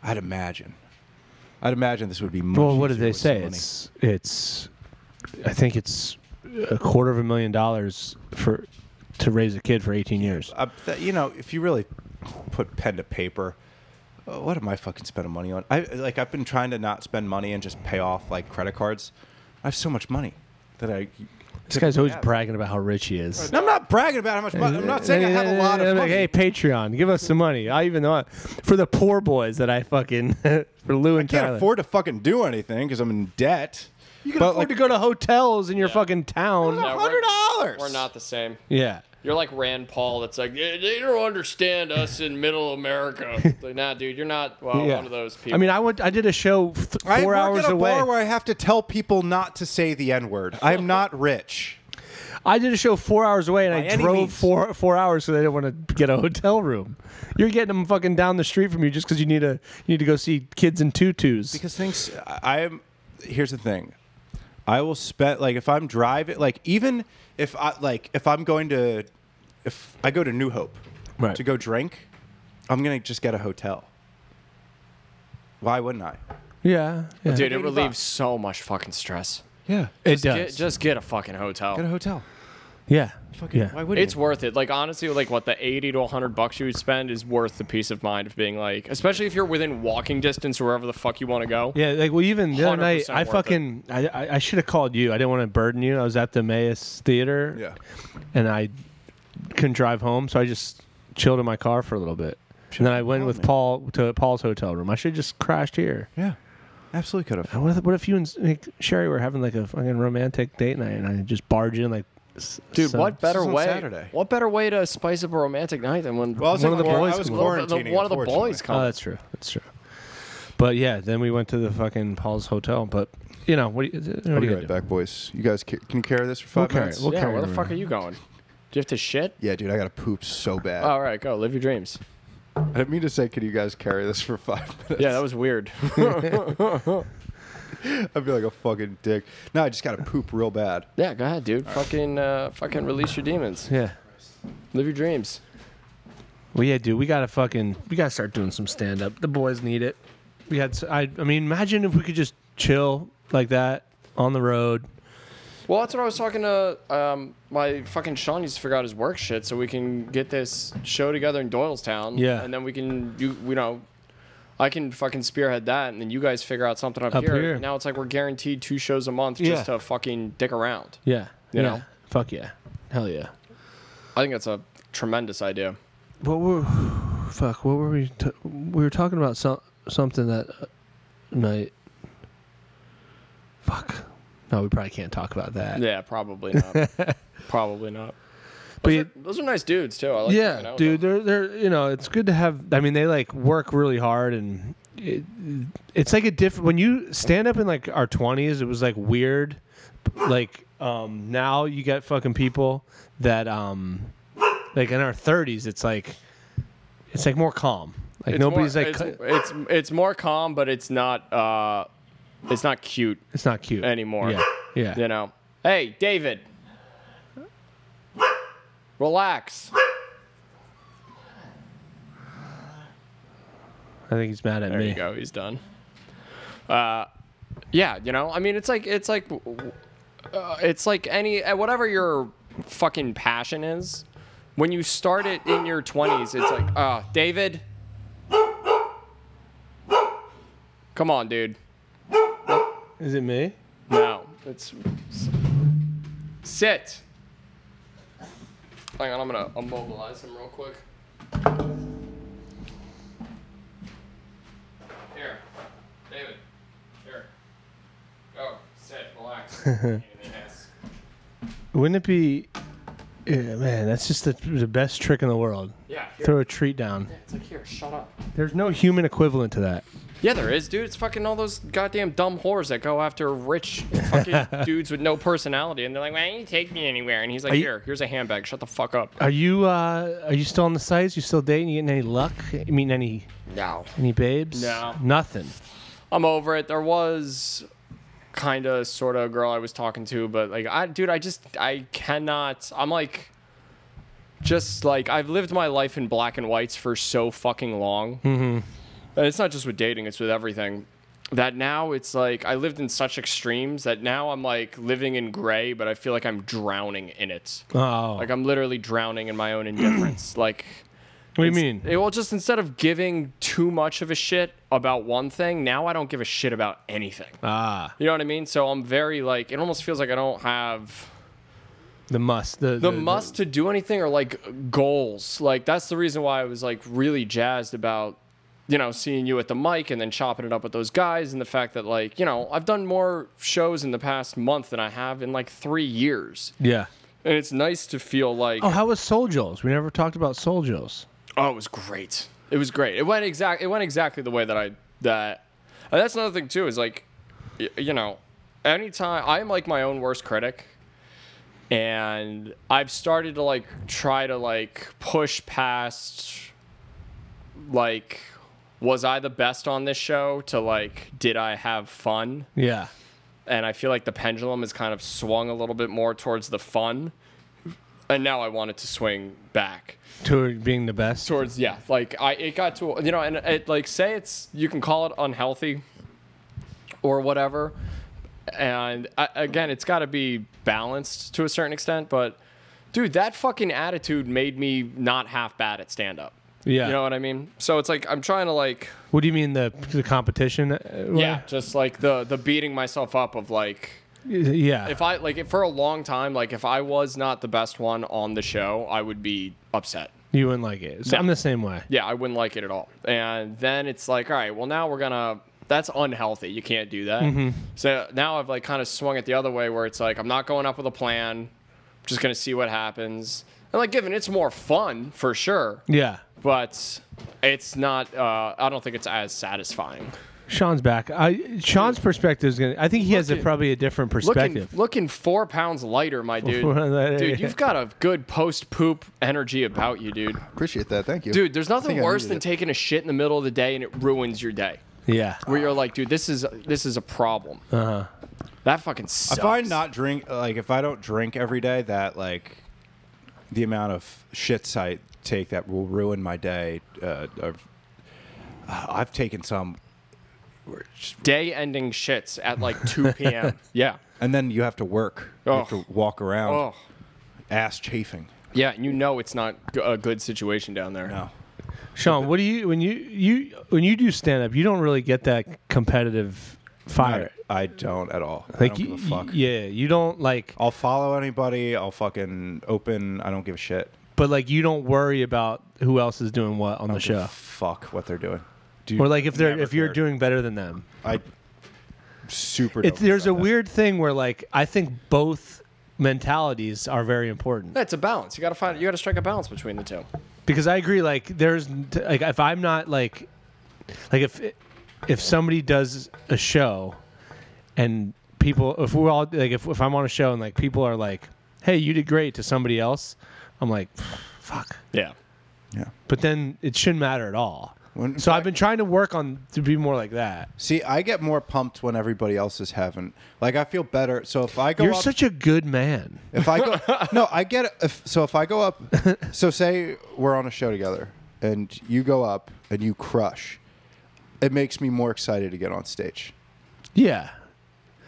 I'd imagine, I'd imagine this would be. Much Well, what did easier they with say? some money. It's it's. I think it's a quarter of a million dollars for to raise a kid for 18 years. I, th- uh, you know, if you really put pen to paper, uh, what am I fucking spending money on? I like I've been trying to not spend money and just pay off like credit cards. I have so much money that I. This guy's always Yeah. bragging about how rich he is. And I'm not bragging about how much money. I'm not saying I have a lot of I'm money. like, hey, Patreon, give us some money. I even know for the poor boys that I fucking for Lou I and can't Tyler. afford to fucking do anything because I'm in debt. you can but, afford like- to go to hotels in your fucking town. No, we're- $100. We're not the same. Yeah. You're like Rand Paul. That's like they they don't understand us in Middle America. It's like, nah, dude, you're not well, yeah. one of those people. I mean, I went. I did a show th- I four work hours at a away. bar where I have to tell people not to say the n word. I am not rich. I did a show four hours away, and By I any drove means. four four hours, so they didn't want to get a hotel room. You're getting them fucking down the street from you just because you need a you need to go see kids in tutus. because things I- I'm here's the thing. I will spend like if I'm driving like even if I like if I'm going to if I go to New Hope Right. to go drink, I'm gonna just get a hotel. Why wouldn't I? yeah, yeah. dude, 80 it relieves bucks. so much fucking stress. Yeah. it does. Get, just get a fucking hotel. Get a hotel. yeah, Fucking yeah. why wouldn't it's worth it. Like honestly, like what the eighty to hundred bucks you would spend is worth the peace of mind of being like, especially if you're within walking distance or wherever the fuck you want to go. Yeah, like well, even the other night, 100% I worth it. fucking I, I, I should have called you. I didn't want to burden you. I was at the Emmaus Theater, Yeah. and I couldn't drive home, so I just chilled in my car for a little bit. And then I went with Paul to Paul's hotel room. I should have just crashed here. Yeah. Absolutely could have. What if, what if you and S- like, Sherry were having like a fucking romantic date night and I just barge in like, s- Dude, some- what better is on way? Saturday. What better way to spice up a romantic night than when Well, I was One in of the quar- boys I was come one of the, quarantining, one of the boys unfortunately. come. Oh, that's true. That's true. But yeah, then we went to the fucking Paul's hotel. But you know what? do you- What I'll do be you right do? back, boys. You guys ca- can you carry this for 5 We'll carry minutes? it. We'll yeah, carry where it the fuck around. are you going? Do you have to shit? Uh, yeah, dude, I gotta poop so bad. All right, go live your dreams. I didn't mean to say, "Can you guys carry this for five minutes?" Yeah, that was weird. I'd be like a fucking dick. No, I just gotta poop real bad. yeah, go ahead, dude. Fucking, uh, fucking release your demons. Yeah. Live your dreams. Well, yeah, dude, we gotta fucking we gotta start doing some stand up. The boys need it. We had s- I I mean, imagine if we could just chill like that on the road. Well, that's what I was talking to. Um, my fucking Sean needs to figure out his work shit so we can get this show together in Doylestown. Yeah. And then we can, you, you know, I can fucking spearhead that and then you guys figure out something up, Up here. here. Now it's like we're guaranteed two shows a month just Yeah. to fucking dick around. Yeah. Yeah. You know? Fuck yeah. Hell yeah. I think that's a tremendous idea. What were fuck? What were we? T- we were talking about some something that uh, night. Fuck. No, we probably can't talk about that. Yeah, probably not. probably not. But Those, you- are, those are nice dudes too. I like hanging out yeah, with dude, them. they're they're you know it's good to have. I mean, they like work really hard, and it, it's like a different when you stand up in like our twenties. It was like weird, like um now you get fucking people that um like in our thirties. It's like it's like more calm. Like It's nobody's more, like it's, it's it's more calm, but it's not uh, it's not cute It's not cute anymore. Yeah, yeah. You know. Hey, David. Relax. I think he's mad at There me. you go. He's done. Uh, yeah. You know. I mean, it's like it's like uh, it's like any uh, whatever your fucking passion is. When you start it in your twenties, it's like, ah, David. Come on, dude. Is it me? No. It's sit. Hang on, I'm gonna immobilize him real quick. Here, David. Here. Go. Sit. Relax. Wouldn't it be? Yeah, man, that's just the, the best trick in the world. yeah. Here. Throw a treat down. It's like here. Shut up. There's no human equivalent to that. Yeah, there is, dude. It's fucking all those goddamn dumb whores that go after rich fucking dudes with no personality, and they're like, "Why don't you take me anywhere?" And he's like, you- "Here, here's a handbag. Shut the fuck up." Are you uh are you still on the sites? You still dating? You getting any luck? I mean any No. any babes? No. Nothing. I'm over it. There was kind of sort of a girl I was talking to, but like I dude, I just I cannot. I'm like just like I've lived my life in black and whites for so fucking long. Mm-hmm. And it's not just with dating, it's with everything. That now it's like I lived in such extremes that now I'm like living in gray, but I feel like I'm drowning in it. Oh. Like I'm literally drowning in my own indifference. like what do you it's- mean? It, well, just instead of giving too much of a shit about one thing, now I don't give a shit about anything. ah, You know what I mean? So I'm very like, it almost feels like I don't have the must. The, the must to do anything or like goals. Like that's the reason why I was like really jazzed about, you know, seeing you at the mic and then chopping it up with those guys and the fact that like, you know, I've done more shows in the past month than I have in like three years. Yeah. And it's nice to feel like Oh, how was Soul Joel's? We never talked about Soul Joel's. Oh, it was great. It was great. It went exact. It went exactly the way that I that. And that's another thing too. Is like, y- you know, anytime I'm like my own worst critic, and I've started to like try to like push past, like, was I the best on this show? To like, did I have fun? Yeah. and I feel like the pendulum has kind of swung a little bit more towards the fun. And now I want it to swing back To being the best. towards yeah, like I it got to you know, and it like say it's you can call it unhealthy or whatever. And I, again, it's got to be balanced to a certain extent, but dude, that fucking attitude made me not half bad at stand up. Yeah. You know what I mean? So it's like I'm trying to like what do you mean the the competition? uh, yeah, just like the the beating myself up of like Yeah. if I like if for a long time, like if I was not the best one on the show, I would be upset. you wouldn't like it. So No. I'm the same way. Yeah, I wouldn't like it at all. And then it's like, all right, well now we're gonna that's unhealthy. You can't do that. Mm-hmm. So now I've like kind of swung it the other way where it's like I'm not going up with a plan. I'm just gonna see what happens. And like given it's more fun for sure, Yeah. but it's not uh I don't think it's as satisfying. Sean's back. I Sean's perspective is gonna. I think he has a, Looking- probably a different Looking, perspective. looking four pounds lighter, my Four pounds dude. lighter, Dude, yeah. you've got a good post poop energy about you, dude. Appreciate that. Thank you, Dude, there's I nothing think I worse needed than it. taking a shit in the middle of the day and it ruins your day. yeah. Where you're like, dude, this is this is a problem. Uh-huh. That fucking sucks. I find not drink like if I don't drink every day that like the amount of shits I take that will ruin my day. Uh, I've, I've taken some, day-ending shits at like 2 p.m. yeah. and then you have to work. You have Oh. to walk around, Oh. ass chafing. Yeah, and you know it's not g- a good situation down there. No, Sean, what do you when you you when you do stand up? You don't really get that competitive fire. I don't at all. I Like don't you, give a fuck. yeah, you don't like, I'll follow anybody. I'll fucking open. I don't give a shit. but like you don't worry about who else is doing what on the Give a show, Fuck what they're doing. Dude, or like if they're never if you're cared. doing better than them. I super. It's don't there's a care about that. weird thing where like I think both mentalities are very important That's a balance. You got to find you got to strike a balance between the two. because I agree. Like there's like if I'm not like like if if somebody does a show and people if we're all like if if I'm on a show and like people are like, hey, you did great to somebody else, I'm like, fuck. Yeah. Yeah. But then it shouldn't matter at all. When- so I've been trying to work on to be more like that. See, I get more pumped when everybody else is having. Like, I feel better. So if I go You're up, such a good man. if I go, no, I get. If, so if I go up, so say we're on a show together, and you go up and you crush, it makes me more excited to get on stage. Yeah.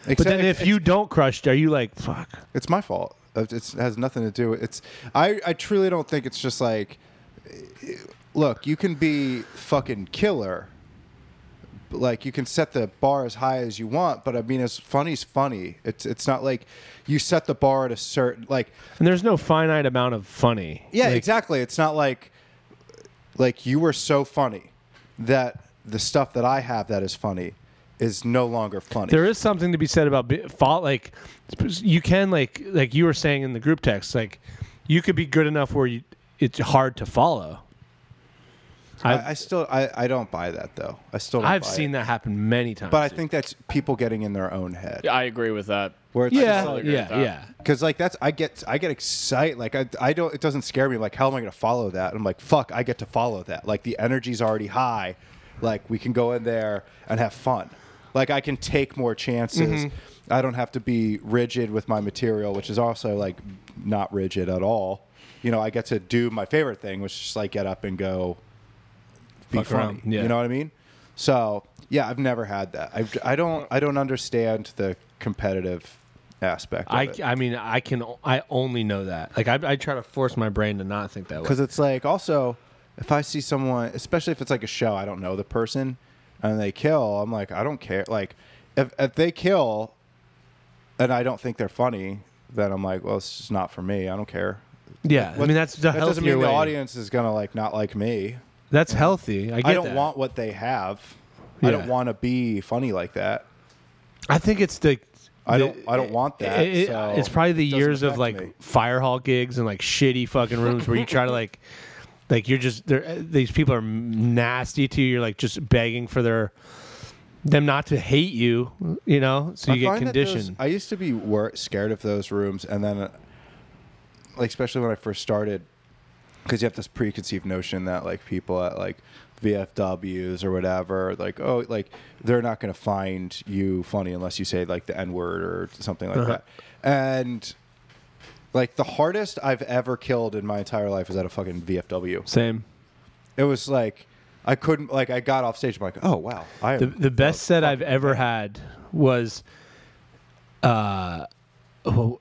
But Except- then if you don't crush, are you like fuck? it's my fault. It- It's, it has nothing to do. with It's I, I truly don't think it's just like, look, you can be fucking killer. but, Like you can set the bar as high as you want, but I mean, as funny's funny. It's it's not like you set the bar at a certain like. And there's no finite amount of funny. Yeah, Like, exactly. It's not like like you were so funny that the stuff that I have that is funny is no longer funny. There is something to be said about be- fault. Like you can like like you were saying in the group text, like you could be good enough where you, it's hard to follow. I, I still I, I don't buy that though. I still don't I've buy seen it. that happen many times. But I think that's people getting in their own head. I agree with that. Where it's yeah, totally agree with yeah, that. yeah. Because like that's I get I get excited like I, I don't it doesn't scare me like how am I gonna follow that I'm like fuck I get to follow that like the energy's already high like we can go in there and have fun like I can take more chances Mm-hmm. I don't have to be rigid with my material which is also like not rigid at all you know I get to do my favorite thing which is just like get up and go be Fuck funny around, yeah. you know what I mean so yeah I've never had that I I don't I don't understand the competitive aspect of I, it. I mean I can o- I only know that like I, I try to force my brain to not think that way. Because it's like also, if I see someone, especially if it's like a show, I don't know the person, and they kill, I'm like, I don't care. Like, if if they kill, and I don't think they're funny, then I'm like, well, it's just not for me. I don't care. Yeah, I mean that's the that doesn't healthier mean way. the audience is gonna like not like me. That's healthy. I, get I don't that. want what they have. I Yeah. don't want to be funny like that. I think it's the. I the- don't. I don't want that. It- it- so it's probably the it doesn't years of affect like me. fire hall gigs and like shitty fucking rooms where you try to like, like you're just there. These people are nasty to you. You're like just begging for their them not to hate you. You know, so you I get find that those- conditioned. I used to be wor- scared of those rooms, and then, uh, like, especially when I first started, because you have this preconceived notion that like people at like VFWs or whatever, like, oh, like they're not going to find you funny unless you say like the N word or something Uh-huh. like that, and. Like the hardest I've ever killed in my entire life was at a fucking VFW. Same. It was like I couldn't like I got off stage. I'm like, oh wow, I am The, the best set I've ever had was, uh, who-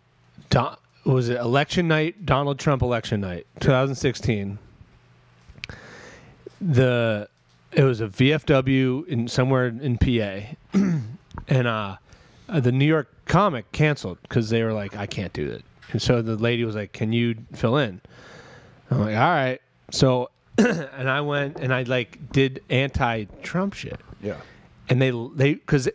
Don, was it election night? Donald Trump election night, 2016. The it was a VFW in somewhere in PA, and uh, uh, the New York comic canceled because they were like, I can't do it. And so the lady was like, Can you fill in? I'm like, All right. So, and I went and I like did anti-Trump shit yeah. and they they because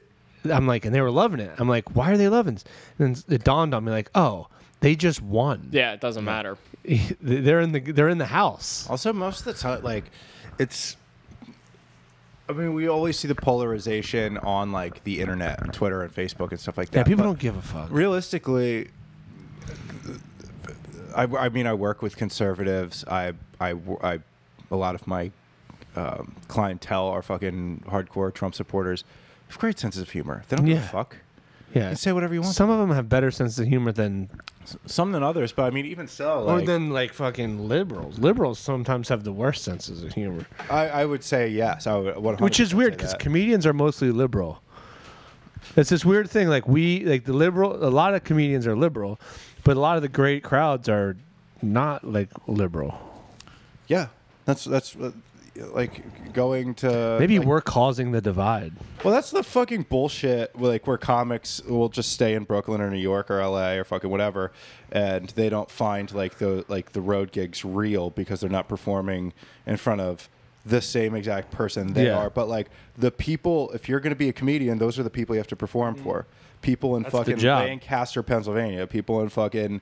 I'm like, and they were loving it. I'm like, why are they loving? This? And then it dawned on me, like, oh, they just won. Yeah, it doesn't matter. they're in the they're in the house. Also, most of the time, like it's I mean, we always see the polarization on like the internet and Twitter and Facebook and stuff like that. Yeah, people but don't give a fuck. realistically. I, I mean, I work with conservatives. I, I, I a lot of my um, clientele are fucking hardcore Trump supporters. Have great senses of humor. They don't give Yeah. a fuck. Yeah, You say whatever you want. Some of them have better sense of humor than, Some than others, but I mean, even so, or like, than like fucking liberals. Liberals sometimes have the worst senses of humor, I, I would say yes. I would 100% which is weird say because that. comedians are mostly liberal. It's this weird thing. Like we, like the liberal, a lot of comedians are liberal, but a lot of the great crowds are not like liberal. yeah, that's that's uh, like going to Maybe like, we're causing the divide. Well, that's the fucking bullshit. Like where comics will just stay in Brooklyn or New York or L.A. or fucking whatever, and they don't find like the like the road gigs real because they're not performing in front of the same exact person they Yeah. are. But like the people, if you're going to be a comedian, those are the people you have to perform for. People in the fucking job. Lancaster, Pennsylvania. People in fucking,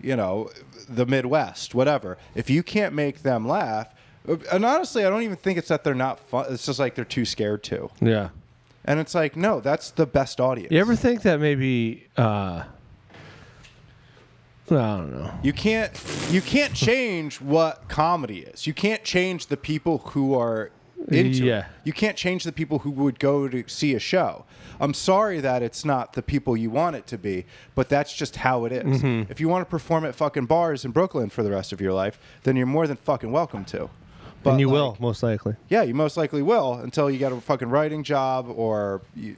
you know, the Midwest, whatever. If you can't make them laugh. And honestly, I don't even think it's that they're not fun. It's just like they're too scared to. Yeah. And it's like, no, that's the best audience. You ever think that maybe? uh I don't know. You can't you can't change what comedy is. You can't change the people who are into Yeah. it. You can't change the people who would go to see a show. I'm sorry that it's not the people you want it to be, but that's just how it is. Mm-hmm. If you want to perform at fucking bars in Brooklyn for the rest of your life, then you're more than fucking welcome to. But and you like, will most likely. Yeah, you most likely will until you get a fucking writing job or you,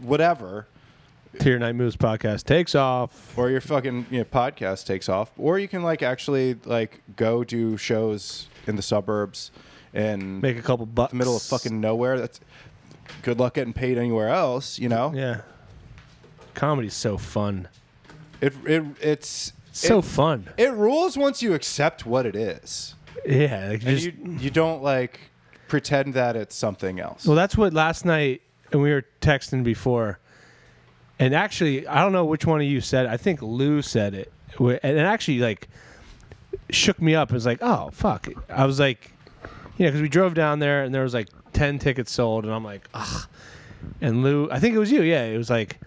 whatever. To your night moves podcast takes off. or your fucking you know, podcast takes off or you can like actually like go do shows in the suburbs and Make a couple bucks. middle of fucking nowhere that's good luck getting paid anywhere else you know Yeah. Comedy's so fun. it, it it's So it, fun. it rules once you accept what it is Yeah. Like and just, you you don't like pretend that it's something else well, that's what last night, and we were texting before. And actually, I don't know which one of you said. it. I think Lou said it, Wh- and it actually like shook me up. It was like, oh fuck. I was like, you know, because we drove down there and there was like ten tickets sold, and I'm like, ugh. And Lou, I think it was you. Yeah, it was like,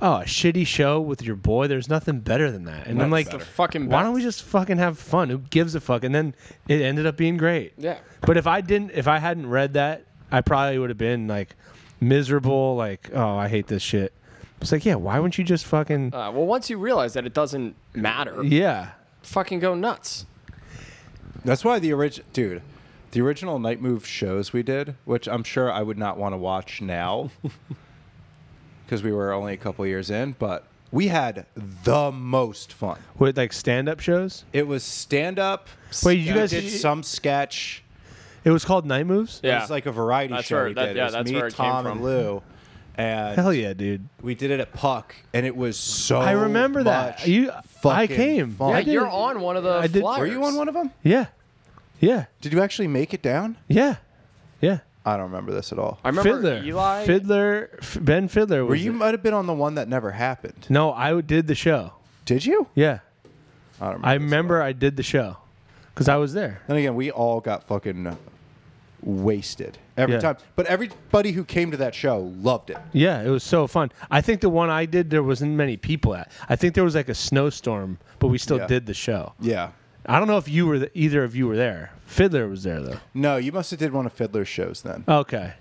oh, a shitty show with your boy. There's nothing better than that. And I'm like, That's The fucking Why don't we best. just fucking have fun? Who gives a fuck? And then it ended up being great. Yeah. But if I didn't, if I hadn't read that, I probably would have been like miserable. Like, oh, I hate this shit. It's like, yeah, why wouldn't you just fucking, Uh, well, once you realize that it doesn't matter, yeah, fucking go nuts. That's why the original dude, the original night move shows we did, which I'm sure I would not want to watch now because we were only a couple years in, but we had the most fun. with like stand up shows? It was stand up. Wait, you guys- did some sketch. It was called Night Moves? It Yeah. was like a variety That's show where- we that- did. yeah, it was that's me, where it came Tom, and from. Lou, and Hell yeah, dude. we did it at Puck, and it was so. I remember that. much You, I fucking came. fun. I Yeah, did. you're on one of the I did- flyers. Were you on one of them? Yeah. Yeah. Did you actually make it down? Yeah. Yeah. I don't remember this at all. I remember Fiddler. Eli. Fiddler. F- Ben Fiddler. Was Were you it. might have been on the one that never happened. No, I did the show. Did you? Yeah. I I don't this at all. remember I did the show because I was there. Then again, we all got fucking wasted every Yeah. time. But everybody who came to that show loved it. Yeah, it was so fun. I think the one I did there wasn't many people at. I think there was like a snowstorm, but we still Yeah. did the show. Yeah. I don't know if you were the, either of you were there. Fiddler was there though. No, you must have did one of Fiddler's shows then. Okay.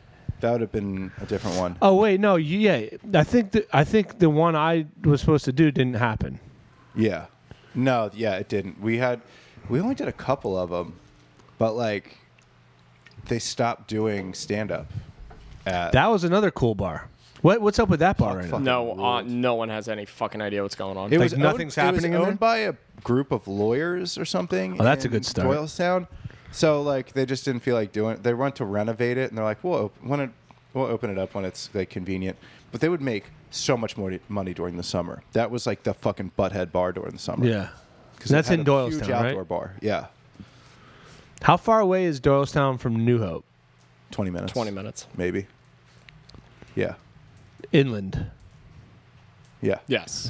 That would have been a different one. Oh wait, no, you, yeah. I think the, I think the one I was supposed to do didn't happen. Yeah. No, yeah, it didn't. We had we only did a couple of them, but like they stopped doing stand up. That was another cool bar. What what's up with that bar right fuck. now? No, uh, no one has any fucking idea what's going on. It Like was nothing's owned, happening It in was there? owned by a group of lawyers or something. Oh, that's a good in start. Doylestown. So like they just didn't feel like doing. it. They want to renovate it, and they're like, "We'll op- when it, we'll open it up when it's like convenient." But they would make so much more money during the summer. That was like the fucking butthead bar during the summer. Yeah. 'Cause it That's had in a huge Doylestown, outdoor right? bar. Yeah, How far away is Doylestown from New Hope? twenty minutes. 20 minutes. maybe. Yeah, Inland. yeah. Yes.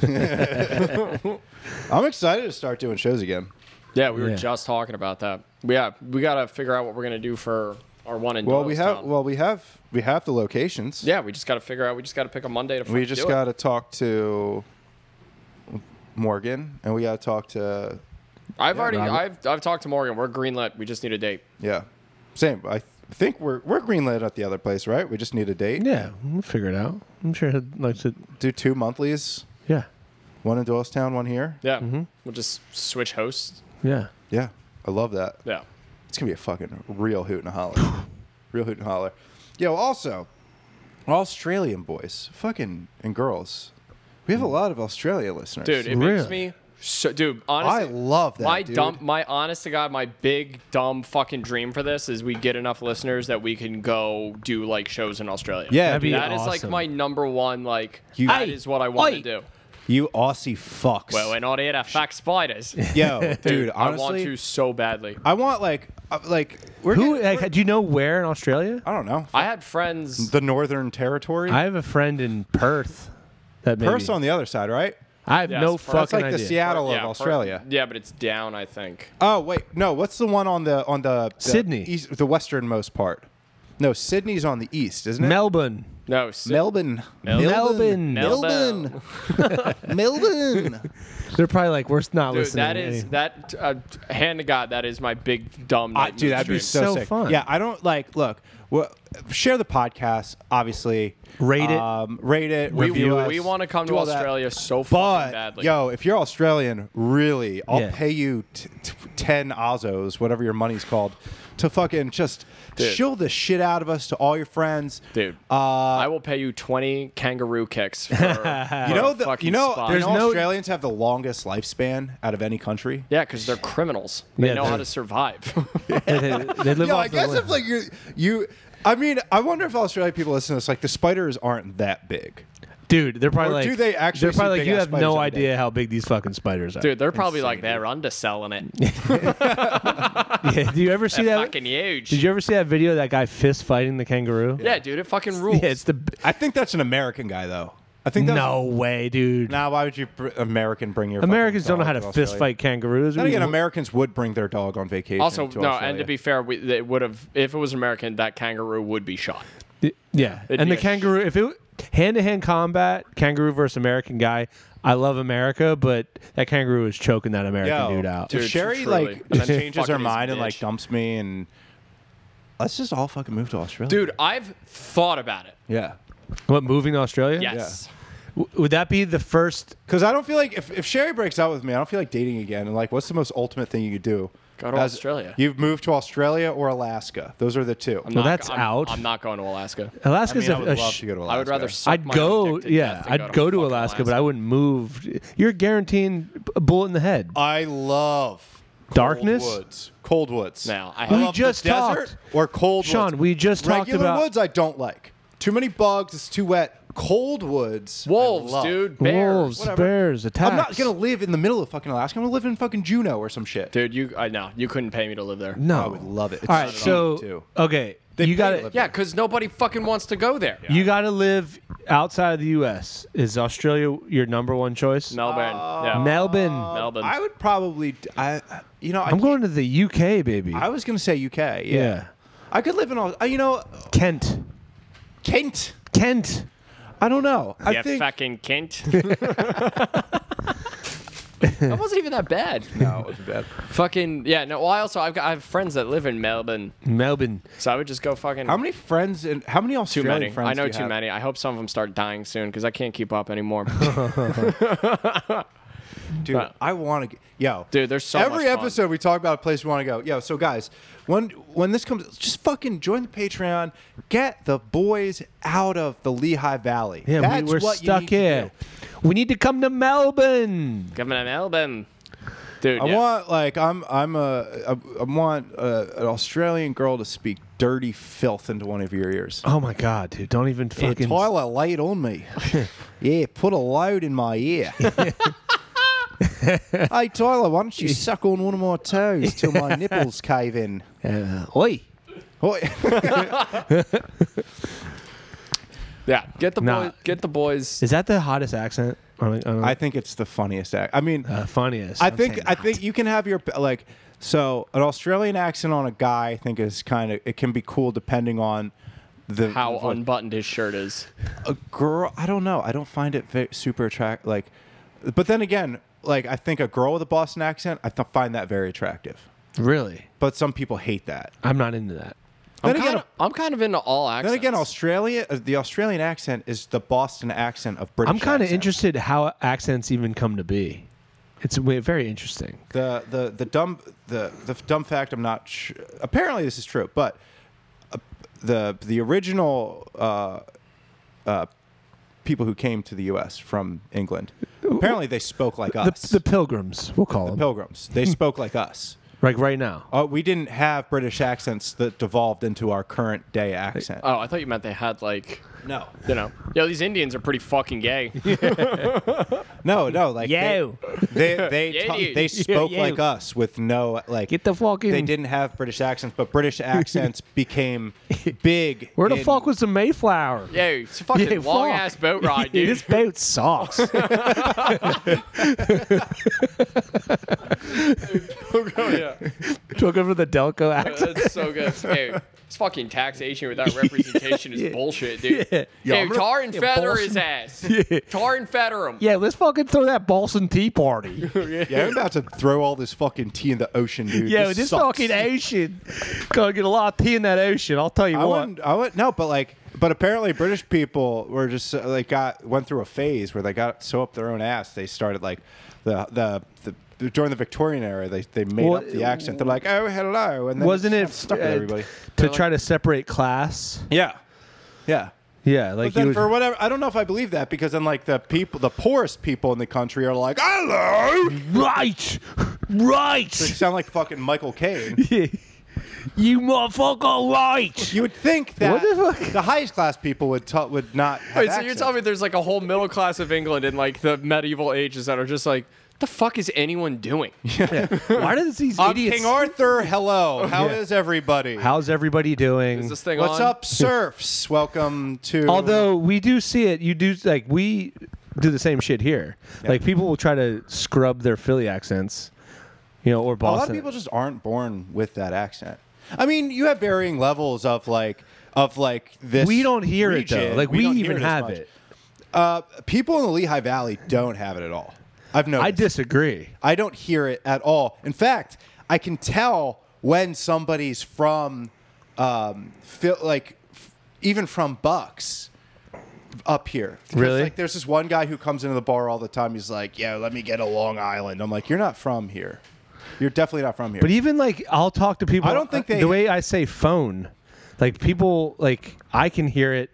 I'm excited to start doing shows again. yeah, we were Yeah. just talking about that. Yeah, we got to figure out what we're going to do for Our one in Well, we have Doylestown. well we have we have the locations. yeah, we just got to figure out. We just got to pick a Monday to. We fuck just do it. got to talk to Morgan, and we got to talk to I've already. Robert. I've I've talked to Morgan. We're greenlit. We just need a date. yeah. Same. I th- think we're we're greenlit at the other place, right? We just need a date. Yeah, we'll figure it out. I'm sure he'd like to. Do two monthlies, Yeah, one in Doylestown, one here. Yeah. We'll just switch hosts. yeah. Yeah, I love that. Yeah. It's gonna be a fucking real hoot and a holler, real hoot and holler. Yo, also, Australian boys, fucking and girls. We have a lot of Australian listeners, Dude, it makes Really? me. So, dude, I honestly, love that. my dude. dumb, my honest to God, my big dumb fucking dream for this is we get enough listeners that we can go do like shows in Australia. Yeah, That'd be dude. That is like awesome. my number one. Like You- that Aye. is what I want Aye. to do. you Aussie fucks. Well, we're not here to fuck spiders. Yo, dude, I want honestly, to so badly. I want like uh, like we're Who? getting- Like, do you know where in Australia? I don't know I had friends. the Northern Territory. I have a friend in Perth. That maybe. Perth on the other side, right? I have Yes, no Perth. fucking That's like idea. the Seattle yeah, of per- Australia. yeah, but it's down. I think. Oh wait, no. What's the one on the on the, the Sydney. east, the westernmost part? No, Sydney's on the east, isn't it? Melbourne. No, si- Melbourne. Melbourne. Melbourne. Melbourne. They're probably like we're not Dude, listening. that to is any- that. Uh, hand to God, that is my big dumb. I, nightmare dude, that'd be dream. so, so sick. fun. Yeah, I don't like. Look, well, share the podcast. Obviously, Rate it. Um, rate it. We, review us. we want to come do to all that. Australia so fucking But badly. yo, if you're Australian, really, I'll Yeah. pay you t- t- ten ozos, whatever your money's called, to fucking just shill the shit out of us to all your friends, dude, uh, Uh, I will pay you twenty kangaroo kicks. For, for You know, a the, fucking you know, spot. you know no- Australians have the longest lifespan out of any country. yeah, because they're criminals. They Yeah, know how dude. to survive. they, they- they live Yeah, off I guess the if like you, you, I mean, I wonder if Australian people listen to this. Like the spiders aren't that big. dude, they're probably Or like do they actually They're see probably like big you ass have spiders no every day? idea how big these fucking spiders are, Dude, they're probably like they're underselling it. Yeah, do you ever see that? fucking huge. Did you ever see that video of that guy fist fighting the kangaroo? yeah, dude, it fucking rules. Yeah, it's the I think that's an American guy though. I think that's, no way, dude. Now, why would you br- American bring your fucking Americans don't know dog how to fist Australia? fight kangaroos. Then We- again, Americans would bring their dog on vacation. also, to no, and Australia. to be fair, we, they would have if it was American, that kangaroo would be shot. yeah, and be the a sh- kangaroo. If it hand to hand combat, kangaroo versus American guy. I love America, but that kangaroo is choking that American Yo, dude out. If Dude, Sherry truly. like And then changes fucking her his mind and like bitch. dumps me, and let's just all fucking move to Australia, Dude, I've thought about it. Yeah, What moving to Australia? Yes. W- would that be the first? because I don't feel like if, if Sherry breaks out with me, I don't feel like dating again. And like, what's the most ultimate thing you could do? Go to Australia. You've moved to Australia or Alaska. Those are the two. I'm Well, not- that's I'm- out. I'm not going to Alaska. I Alaska's mean, I a- would a, love sh- to go to Alaska. I would rather. Suck I'd my go, dick to yeah, death than I'd go to fucking Alaska, but I wouldn't move. You're guaranteed a bullet in the head. I love cold Darkness? woods, cold woods. Now, I I We love the just desert talked. or cold. Sean, woods. we just talked regular about- woods. I don't like too many bugs. It's too wet. Cold woods, I Wolves, love. dude. Bears. Wolves, whatever. bears, attacks. I'm not gonna live in the middle of fucking Alaska. I'm gonna live in fucking Juneau or some shit. Dude, you. I know you couldn't pay me to live there. No, I would love it. It's All right, cheap, so too. okay, They you pay got to live to Yeah, because nobody fucking wants to go there. you got to live outside of the U.S. Is Australia your number one choice? Melbourne. Uh, yeah. Melbourne. Melbourne. I would probably. I, you know, I, I'm going to the U.K., baby. I was gonna say UK. Yeah. yeah, I could live in all. You know, Kent, Kent. Kent. I don't know. I yeah, think. fucking Kent. that wasn't even that bad. no, it wasn't bad. Fucking yeah. No. Well, I also I've got I have friends that live in Melbourne, Melbourne. so I would just go fucking. How many friends and how many Too Australian many. friends? I know do you too have? many. I hope some of them start dying soon because I can't keep up anymore. Dude, I want to. Yo, Dude, there's so every much fun. episode we talk about a place we want to go. Yo, so guys, when when this comes, just fucking join the Patreon. Get the boys out of the Lehigh Valley. Yeah, That's we were what you stuck need to here. do. We need to come to Melbourne. Come to Melbourne, dude. I yeah. want like I'm I'm a I, I want a, an Australian girl to speak dirty filth into one of your ears. Oh my God, dude! Don't even Hey, fucking. Tyler laid on me. yeah, put a load in my ear. hey Tyler, why don't you suck on one of my toes till my nipples cave in? Uh, oi. Oi. Yeah, get the Nah. boys. Get the boys. Is that the hottest accent? I, don't- I don't- I think it's the funniest act. I mean, uh, funniest. I I'm think saying I think you can have your like So an Australian accent on a guy, I think, is kind of it can be cool depending on the How vo- unbuttoned his shirt is. a girl. I don't know. I don't find it ve- super attract. Like, but then again, like I think a girl with a Boston accent, I th- find that very attractive. Really? But some people hate that. I'm not into that. I'm Then kind again- of I'm kind of into all accents. Then again, Australia, uh, the Australian accent is the Boston accent of British. I'm kind of accent. interested how accents even come to be. It's w- very interesting. the the the dumb the the dumb fact I'm not sh- apparently this is true, but uh, the the original uh, uh, people who came to the U.S. from England apparently they spoke like The, us, the Pilgrims, we'll call them. Pilgrims. They spoke like us. like right now. Uh, we didn't have British accents that devolved into our current day accent. Oh, I thought you meant they had like no, you know. Yo, these Indians are pretty fucking gay. no, no. Like Yo. they they they, Yeah, ta- dude. they spoke yo. like us with no like Get the fucking. they didn't have British accents, but British accents became big. Where the in- fuck was the Mayflower? Yo, it's a fucking Yeah, long fuck. ass boat ride, Dude, dude. this boat sucks. oh, yeah. Took over the Delco accent. That's so good. Yo, this fucking taxation without representation is bullshit, dude. Yeah. Yo, Yo, I'm gonna tar and fucking feather bullshit. his ass. Tar and feather him. Yeah, let's fucking throw that Boston Tea Party. Yeah, I'm about to throw all this fucking tea in the ocean, dude. Yo, this this sucks. fucking ocean. Gonna get a lot of tea in that ocean. I'll tell you I what. wouldn't. I wouldn't. No, but like, but apparently British people were just uh, like got went through a phase where they got so up their own ass they started like the uh, the. the during the Victorian era, they, they made Well, up the accent. They're like, "Oh, hello," and then Wasn't just it kinda stuck uh, with everybody? to try to separate class? Yeah, yeah. Yeah, But like then you would- for whatever, I don't know if I believe that because then like the people, the poorest people in the country are like, "Hello," right, They right. sound like fucking Michael Caine. you motherfucker, right. You would think that What the fuck? the highest class people would ta- would not. Have Wait, so you're telling me there's like a whole middle class of England in like the medieval ages that are just like, the fuck is anyone doing? Why does these I'm idiots? King Arthur. Hello, How is Yeah. everybody? How's everybody doing? Is this thing What's on? up, serfs? Welcome to. Although we do see it, you do like we do the same shit here. Like people will try to scrub their Philly accents, you know, or a lot Boston. of people just aren't born with that accent. I mean, you have varying levels of like of like this. we don't hear it region. though. Like we, don't hear even as have much. it. People in the Lehigh Valley don't have it at all. I've noticed. I disagree. I don't hear it at all. In fact, I can tell when somebody's from, um, Phil, like, f- even from Bucks up here. 'Cause, Really? Like, there's this one guy who comes into the bar all the time. He's like, "Yeah, let me get a Long Island." I'm like, "You're not from here. You're definitely not from here." But even like I'll talk to people. I don't think they- the way I say phone, like people like I can hear it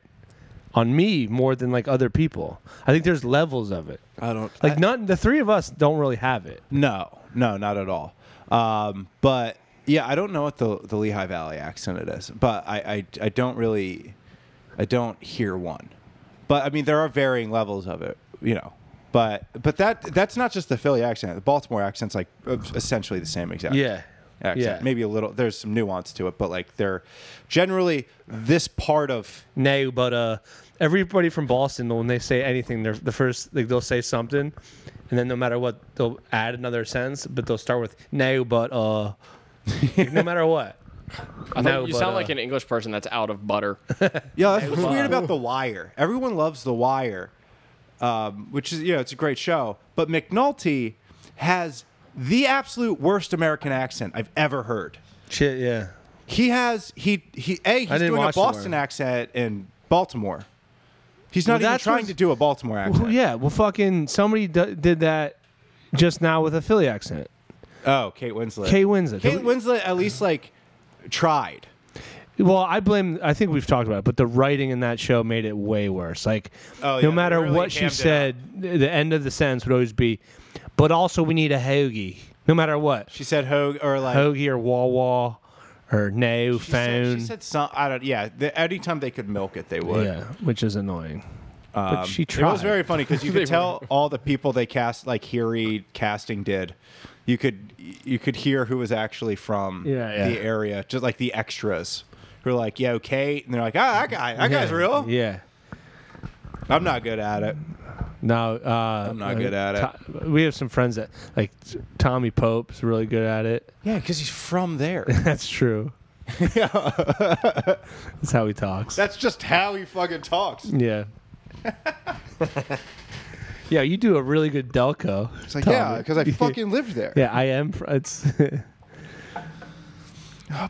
on me more than like other people. I think there's levels of it. I don't Like none the three of us don't really have it. No, no, not at all. Um, but yeah, I don't know what the the Lehigh Valley accent it is, but I, I I don't really, I don't hear one. But I mean, there are varying levels of it, you know. But but that that's not just the Philly accent. The Baltimore accent's like essentially the same exact. Yeah. Accent. Yeah. Maybe a little. There's some nuance to it, but like they're generally this part of No, but uh, everybody from Boston, when they say anything, they're the first. Like they'll say something, and then no matter what, they'll add another sentence, but they'll start with no, but uh, like, no matter what. I No, thought you but, sound uh, like an English person that's out of butter. Yeah, that's what's weird about The Wire. Everyone loves The Wire, um, which is you know it's a great show. But McNulty has the absolute worst American accent I've ever heard. Shit, yeah. He has he he a he's didn't doing a watch The Wire. Boston accent in Baltimore. He's not Well, even that's trying what's- to do a Baltimore accent. Well, yeah. Well, fucking somebody d- did that just now with a Philly accent. Oh, Kate Winslet. Kate Winslet. Kate Winslet at least like tried. Well, I blame. I think we've talked about it, but the writing in that show made it way worse. Like, Oh, yeah, no they matter really what she hammed it said, th- the end of the sentence would always be, "But also, we need a hoagie." No matter what, She said Hogue or like hoagie or Wawa or no she said, phone. she said some I don't yeah, the, anytime they could milk it they would. yeah, which is annoying. but she tried. It was very funny because you They could tell all the people they cast, like Heary casting did. You could you could hear who was actually from Yeah, yeah. the area, just like the extras who are like, "Yo, Kate," and they're like, "Ah, that guy, that guy's real." Yeah. I'm not good at it. No, uh, I'm not good at it. it. We have some friends that like Tommy Pope's really good at it. Yeah, because he's from there. That's true. That's how he talks. That's just how he fucking talks. yeah. yeah, you do a really good Delco. It's like, yeah, because I fucking lived there. Yeah, I am. fr- It's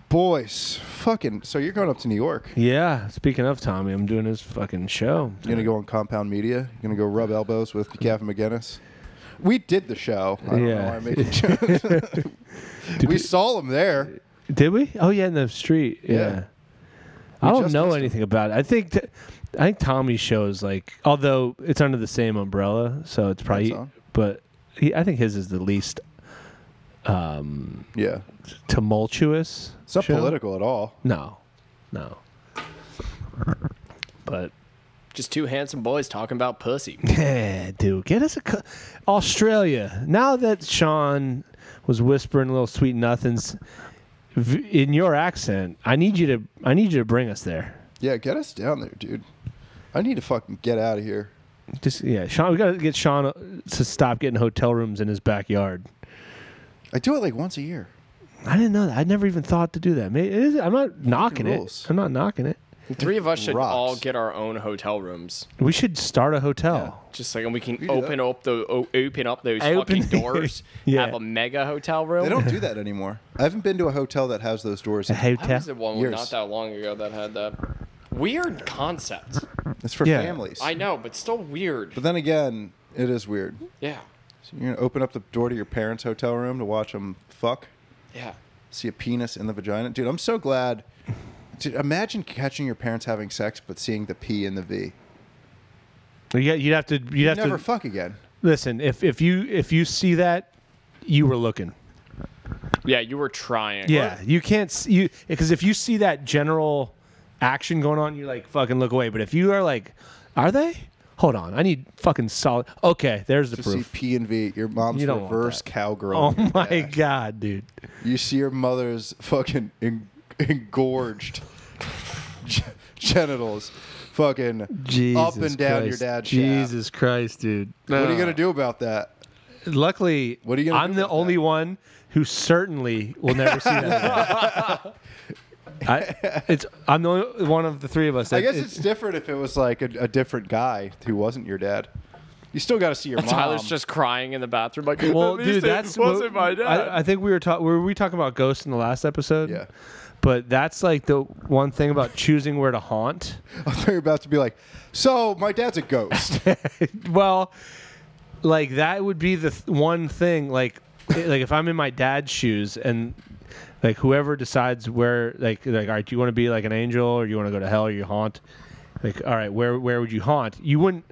Boys, fucking. So you're going up to New York. yeah. Speaking of Tommy, I'm doing his fucking show. You're gonna go on Compound Media. You're gonna go rub elbows with Gavin McGinnis. We did the show. I don't know Yeah. why I'm making jokes. we saw him there. Did we? Oh yeah, in the street. Yeah. Yeah. I just don't know missed it. anything about it. I think t- I think Tommy's show is like, although it's under the same umbrella, so it's probably, so. but he, I think his is the least um, Yeah, tumultuous. it's not show. political at all. No, no. But Just two handsome boys talking about pussy. yeah, dude, get us a co- Australia. Now that Sean was whispering little sweet nothings v- in your accent, I need you to I need you to bring us there. Yeah, get us down there, dude. I need to fucking get out of here. Just yeah, Sean. We gotta get Sean uh, to stop getting hotel rooms in his backyard. I do it like once a year. I didn't know that. I never even thought to do that. May- it is- I'm not knocking rules. it. I'm not knocking it. The three of us should Rocks. all get our own hotel rooms. We should start a hotel. Just like and we can do open that. up the o- open up those Open- fucking doors. Yeah. Have a mega hotel room. They don't do that anymore. I haven't been to a hotel that has those doors. A I was at hotel. one Years. not that long ago that had that weird concept. It's for Yeah. families. I know, but still weird. but then again, it is weird. Yeah, So you're gonna open up the door to your parents' hotel room to watch them fuck. yeah. see a penis in the vagina. Dude, I'm so glad. Dude, imagine catching your parents having sex but seeing the P in the V. You, would have to. You'd, have Never to fuck again. listen. If if you if you see that, you were looking. Yeah, you were trying. Yeah, you can't s- you because if you see that general action going on, you like fucking look away. But if you are like, are they? Hold on, I need fucking solid. Okay, there's the To see proof. P and V, your mom's You don't want reverse that. cowgirl. Oh my god, dude. You see your mother's fucking en- engorged g- genitals fucking up and down your dad's shaft. Jesus Christ, dude. What are you going to do about that? Luckily, What are you gonna I'm do the about only one who certainly will never see that. again. I, it's I'm the only one of the three of us. That I guess it's, different if it was like a, a different guy who wasn't your dad. You still got to see your mom. Tyler's just crying in the bathroom like, well, "At least dude. it That's what- wasn't my dad. I, I think we were talking. Were we talking about ghosts in the last episode? Yeah. But that's like the one thing about choosing where to haunt. I thought you were about to be like, so my dad's a ghost. well, like that would be the th- one thing. Like, i- like if I'm in my dad's shoes and like whoever decides where, like, like all right, do you want to be like an angel or you want to go to hell or you haunt? Like, all right, where where would you haunt? You wouldn't.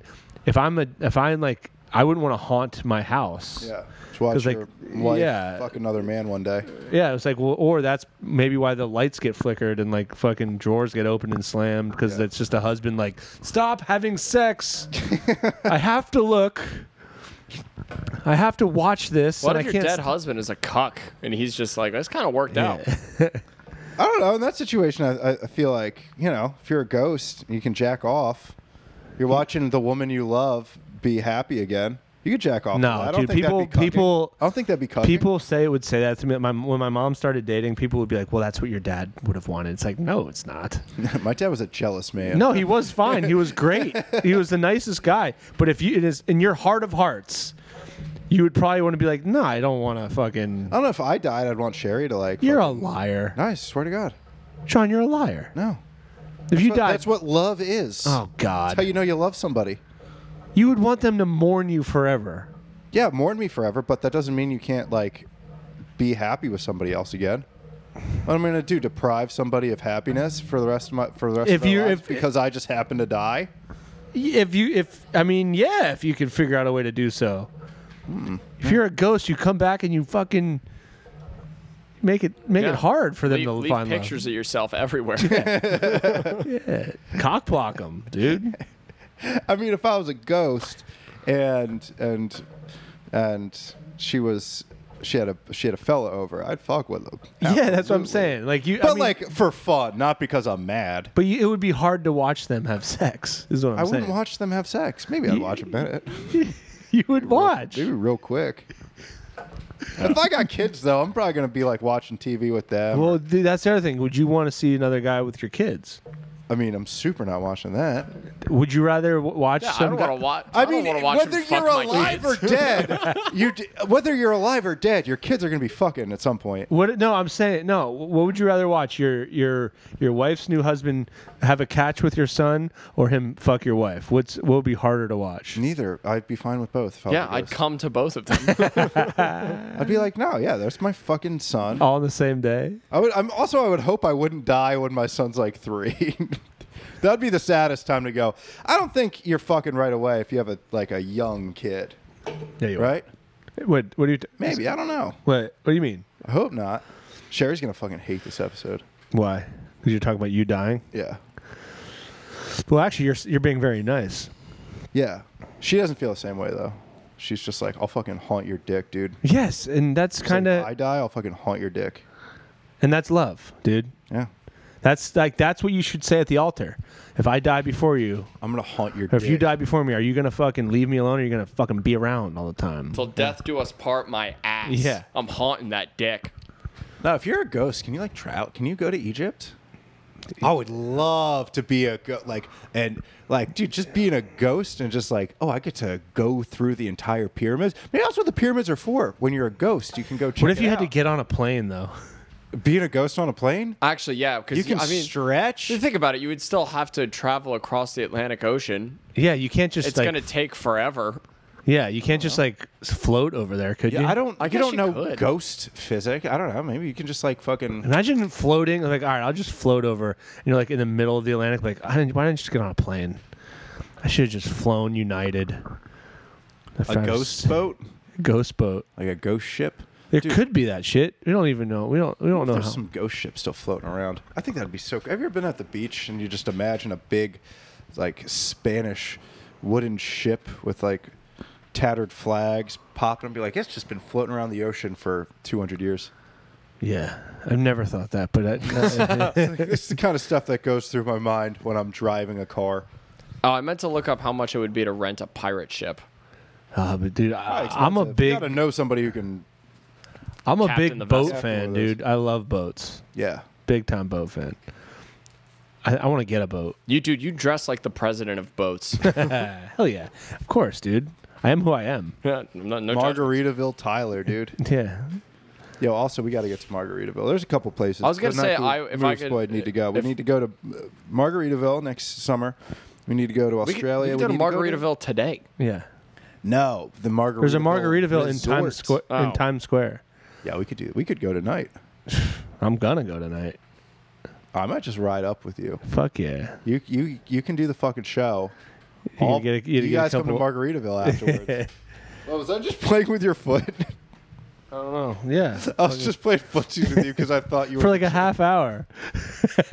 If I'm a, if I'm like, I wouldn't want to haunt my house. Yeah. Just watch 'Cause, like, your wife yeah. fuck another man one day. Yeah, it's like, well, or that's maybe why the lights get flickered and like fucking drawers get opened and slammed because it's just a husband like, stop having sex. I have to look. I have to watch this. what and I if your can't dead st- husband is a cuck and he's just like, this kind of worked out. I don't know. In that situation, I, I I feel like, you know, if you're a ghost, you can jack off. You're watching the woman you love be happy again. You could jack off. to No, that. I don't dude, think people- that'd be cucking. people- I don't think that'd be cucking. People say would say that to me. My, when my mom started dating, people would be like, "Well, that's what your dad would have wanted." It's like, no, it's not. My dad was a jealous man. No, he was fine. He was great. he was the nicest guy. But if you it is in your heart of hearts, you would probably want to be like, "No, I don't want to fucking." Uh, I don't know if I died, I'd want Sherry to like. You're a fucking- liar, No, I swear to God. Sean. You're a liar. No. If you But died, That's what love is. oh That's how god, you know you love somebody. you would want them to mourn you forever. Yeah, mourn me forever, but that doesn't mean you can't like be happy with somebody else again. What am I gonna do? Deprive somebody of happiness for the rest of my for the rest If of their you- lives if- because I just happened to die? If you, if I mean, yeah, if you could figure out a way to do so. If you're a ghost, you come back and you fucking make it make Yeah. it hard for them leave to leave find love. pictures of yourself everywhere. Cock block them, dude. I mean, if I was a ghost and and and she was she had a she had a fella over, I'd fuck with him. Yeah, that's what I'm Absolutely. saying. Like you, I But mean- like for fun, not because I'm mad. but you, it would be hard to watch them have sex. Is what I'm I saying. wouldn't watch them have sex. Maybe I'd watch a minute, You would watch. maybe real quick. If I got kids though, I'm probably gonna be like watching TV with them. Well, dude, that's the other thing. Would you want to see another guy with your kids? I mean, I'm super not watching that. Would you rather w- watch Yeah, I some don't guy- want to watch. I, I, mean, don't want to watch whether him fuck you're my alive kids. or dead, you d- whether you're alive or dead, your kids are gonna be fucking at some point. What? No, I'm saying no. What would you rather watch? Your your your wife's new husband have a catch with your son, or him fuck your wife? What's what would be harder to watch? Neither. I'd be fine with both. if I Yeah, were I'd those. come to both of them. I'd be like, no, yeah, that's my fucking Oh. son. All on the same day? I would. I'm also. I would hope I wouldn't die when my son's like three. That'd be the saddest time to go. I don't think you're fucking right away if you have a like a young kid, Yeah, you right? What? What do you? T- Maybe I don't know. What? What do you mean? I hope not. Sherry's gonna fucking hate this episode. Why? Because you're talking about you dying. Yeah, Well, actually, you're you're being very nice. yeah. She doesn't feel the same way though. She's just like, I'll fucking haunt your dick, dude. Yes, and that's kind If I of die, I'll fucking haunt your dick. and that's love, dude. Yeah, That's like that's what you should say at the altar. If I die before you, I'm gonna haunt your. or if dick. you die before me, are you gonna fucking leave me alone? Or are you gonna fucking be around all the time? Till death do us part, my ass. Yeah. I'm haunting that dick. Now, if you're a ghost, can you like travel? Can you go to Egypt? I would love to be a go- like and like dude, just being a ghost and just like oh, I get to go through the entire pyramids. Maybe that's what the pyramids are for. When you're a ghost, you can go. Check What if it you had to out. get on a plane though? being a ghost on a plane? Actually, yeah, You because can I mean, stretch. if you think about it, you would still have to travel across the Atlantic Ocean. Yeah, you can't just It's like gonna take forever. yeah, you can't just like float over there, could Yeah, you? I don't. I you guess don't you know could. ghost physics. I don't know. Maybe you can just like fucking. Imagine floating like all right, I'll just float over. And you're like in the middle of the Atlantic. Like I didn't, why didn't you just get on a plane? I should have just flown United. A ghost boat, ghost boat. like a ghost ship. There Dude. could be that shit. We don't even know. We don't. We don't know how. There's some ghost ships still floating around. I think that'd be so. Have you ever been at the beach and you just imagine a big, like Spanish, wooden ship with like tattered flags popping and be like, it's just been floating around the ocean for 200 years. Yeah, I've never thought that, but I, it's the kind of stuff that goes through my mind when I'm driving a car. Oh, I meant to look up how much it would be to rent a pirate ship. uh, but dude, I, I'm a You big, gotta know somebody who can. I'm a Captain big the boat vessel. Captain fan, of those. dude. I love boats, Yeah. big time boat fan. I, I want to get a boat. You dude, you dress like the president of boats. Uh, Hell yeah, of course, dude. I am who I am. no, no judgment. Margaritaville, Tyler, dude. Yeah, Yo, also we got to get to Margaritaville. There's a couple places. I was gonna but not say, the I- if I moves could- Boyd need to go. We if- need to go to uh, Margaritaville next summer. We need to go to We could, we Australia. could go to need Margaritaville today. yeah. no, the Margaritaville. There's a Margaritaville in Resort. Times Square. Oh. In Times Square, Yeah, we could do. We could go tonight. I'm gonna go tonight. I might just ride up with you. Fuck yeah. You you you can do the fucking show. You All- get a- you you get a guys come to couple- Margaritaville afterwards. well, was I just playing with your foot? Oh yeah. I was just playing footsies with you because I thought you were for like a half hour.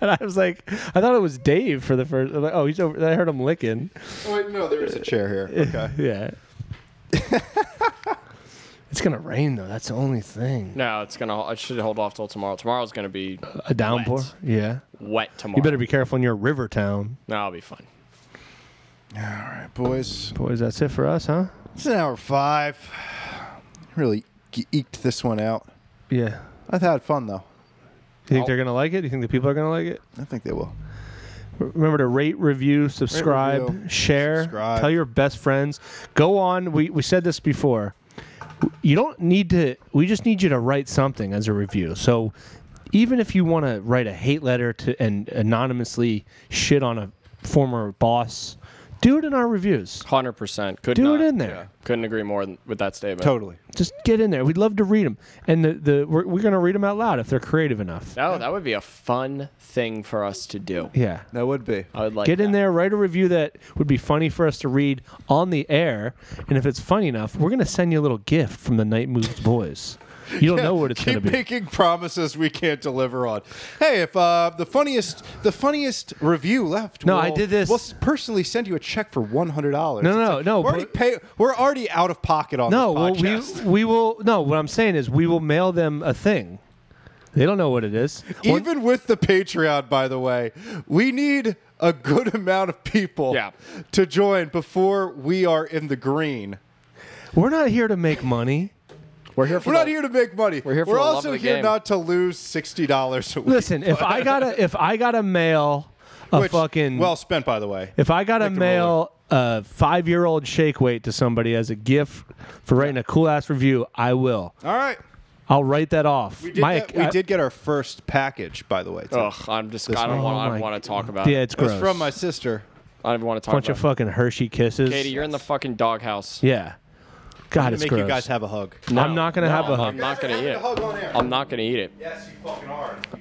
and I was like, I thought it was Dave for the first. I'm like, oh, he's over. I heard him licking. Oh, wait, no, there is a chair here. Okay. Yeah. it's gonna rain though. That's the only thing. No, it's gonna. I should hold off till tomorrow. Tomorrow's gonna be A downpour. Wet. Yeah. wet tomorrow. You better be careful in your river town, No, I'll be fine. All right, boys. boys. That's it for us, huh? It's an hour five. Really ge- eked this one out. Yeah. I've had fun though. You think they're gonna like it? You think the people are gonna like it? I think they will. Remember to rate, review, subscribe, review, share, subscribe. tell your best friends. Go on. We, we said this before. You don't need to, we just need you to write something as a review. So even if you want to write a hate letter to and anonymously shit on a former boss, do it in our reviews. Hundred percent. Could Do it not- in there. Couldn't agree more than, with that statement. Totally. Just get in there. We'd love to read them. And the, the we're, we're going to read them out loud if they're creative enough. No, that would be a fun thing for us to do. Yeah. That would be. I would like Get in that. there, write a review that would be funny for us to read on the air, and if it's funny enough, we're gonna send you a little gift from the Night Moves Boys. You don't know what it's Keep going to be. making promises we can't deliver on. Hey, if uh, the funniest the funniest review left, No, we'll, I did this- We'll s- personally send you a check for one hundred dollars. No, no, no, no, We're already, but- pay, we're already out of pocket on No, well, this we podcast. we will. No, what I'm saying is we will mail them a thing. They don't know what it is. Or- Even with the Patreon, by the way, we need a good amount of people Yeah. to join before we are in the green. we're not here to make money. We're here for We're not the- here to make money. We're here for the love also of the here game. not to lose sixty dollars a week. Listen, if I gotta if I gotta mail a which- fucking well spent, by the way. if I gotta Make the mail a five year old shake weight to somebody as a gift for writing a cool ass review, I will. All right. I'll write that off. Uh, We did, get, we did get our first package, by the way. too. Ugh, I'm just. I one. don't want. Oh I my want to talk about. Yeah, it. it's It was gross. Uh, from my sister. I don't want to talk bunch about. of it. fucking Hershey kisses. Katie, you're in the fucking doghouse. yeah. God, it's Make gross. you guys have a hug. No, I'm not gonna no, have a I'm hug. not gonna eat Have a hug it. on air. I'm not gonna eat it. yes, you fucking are.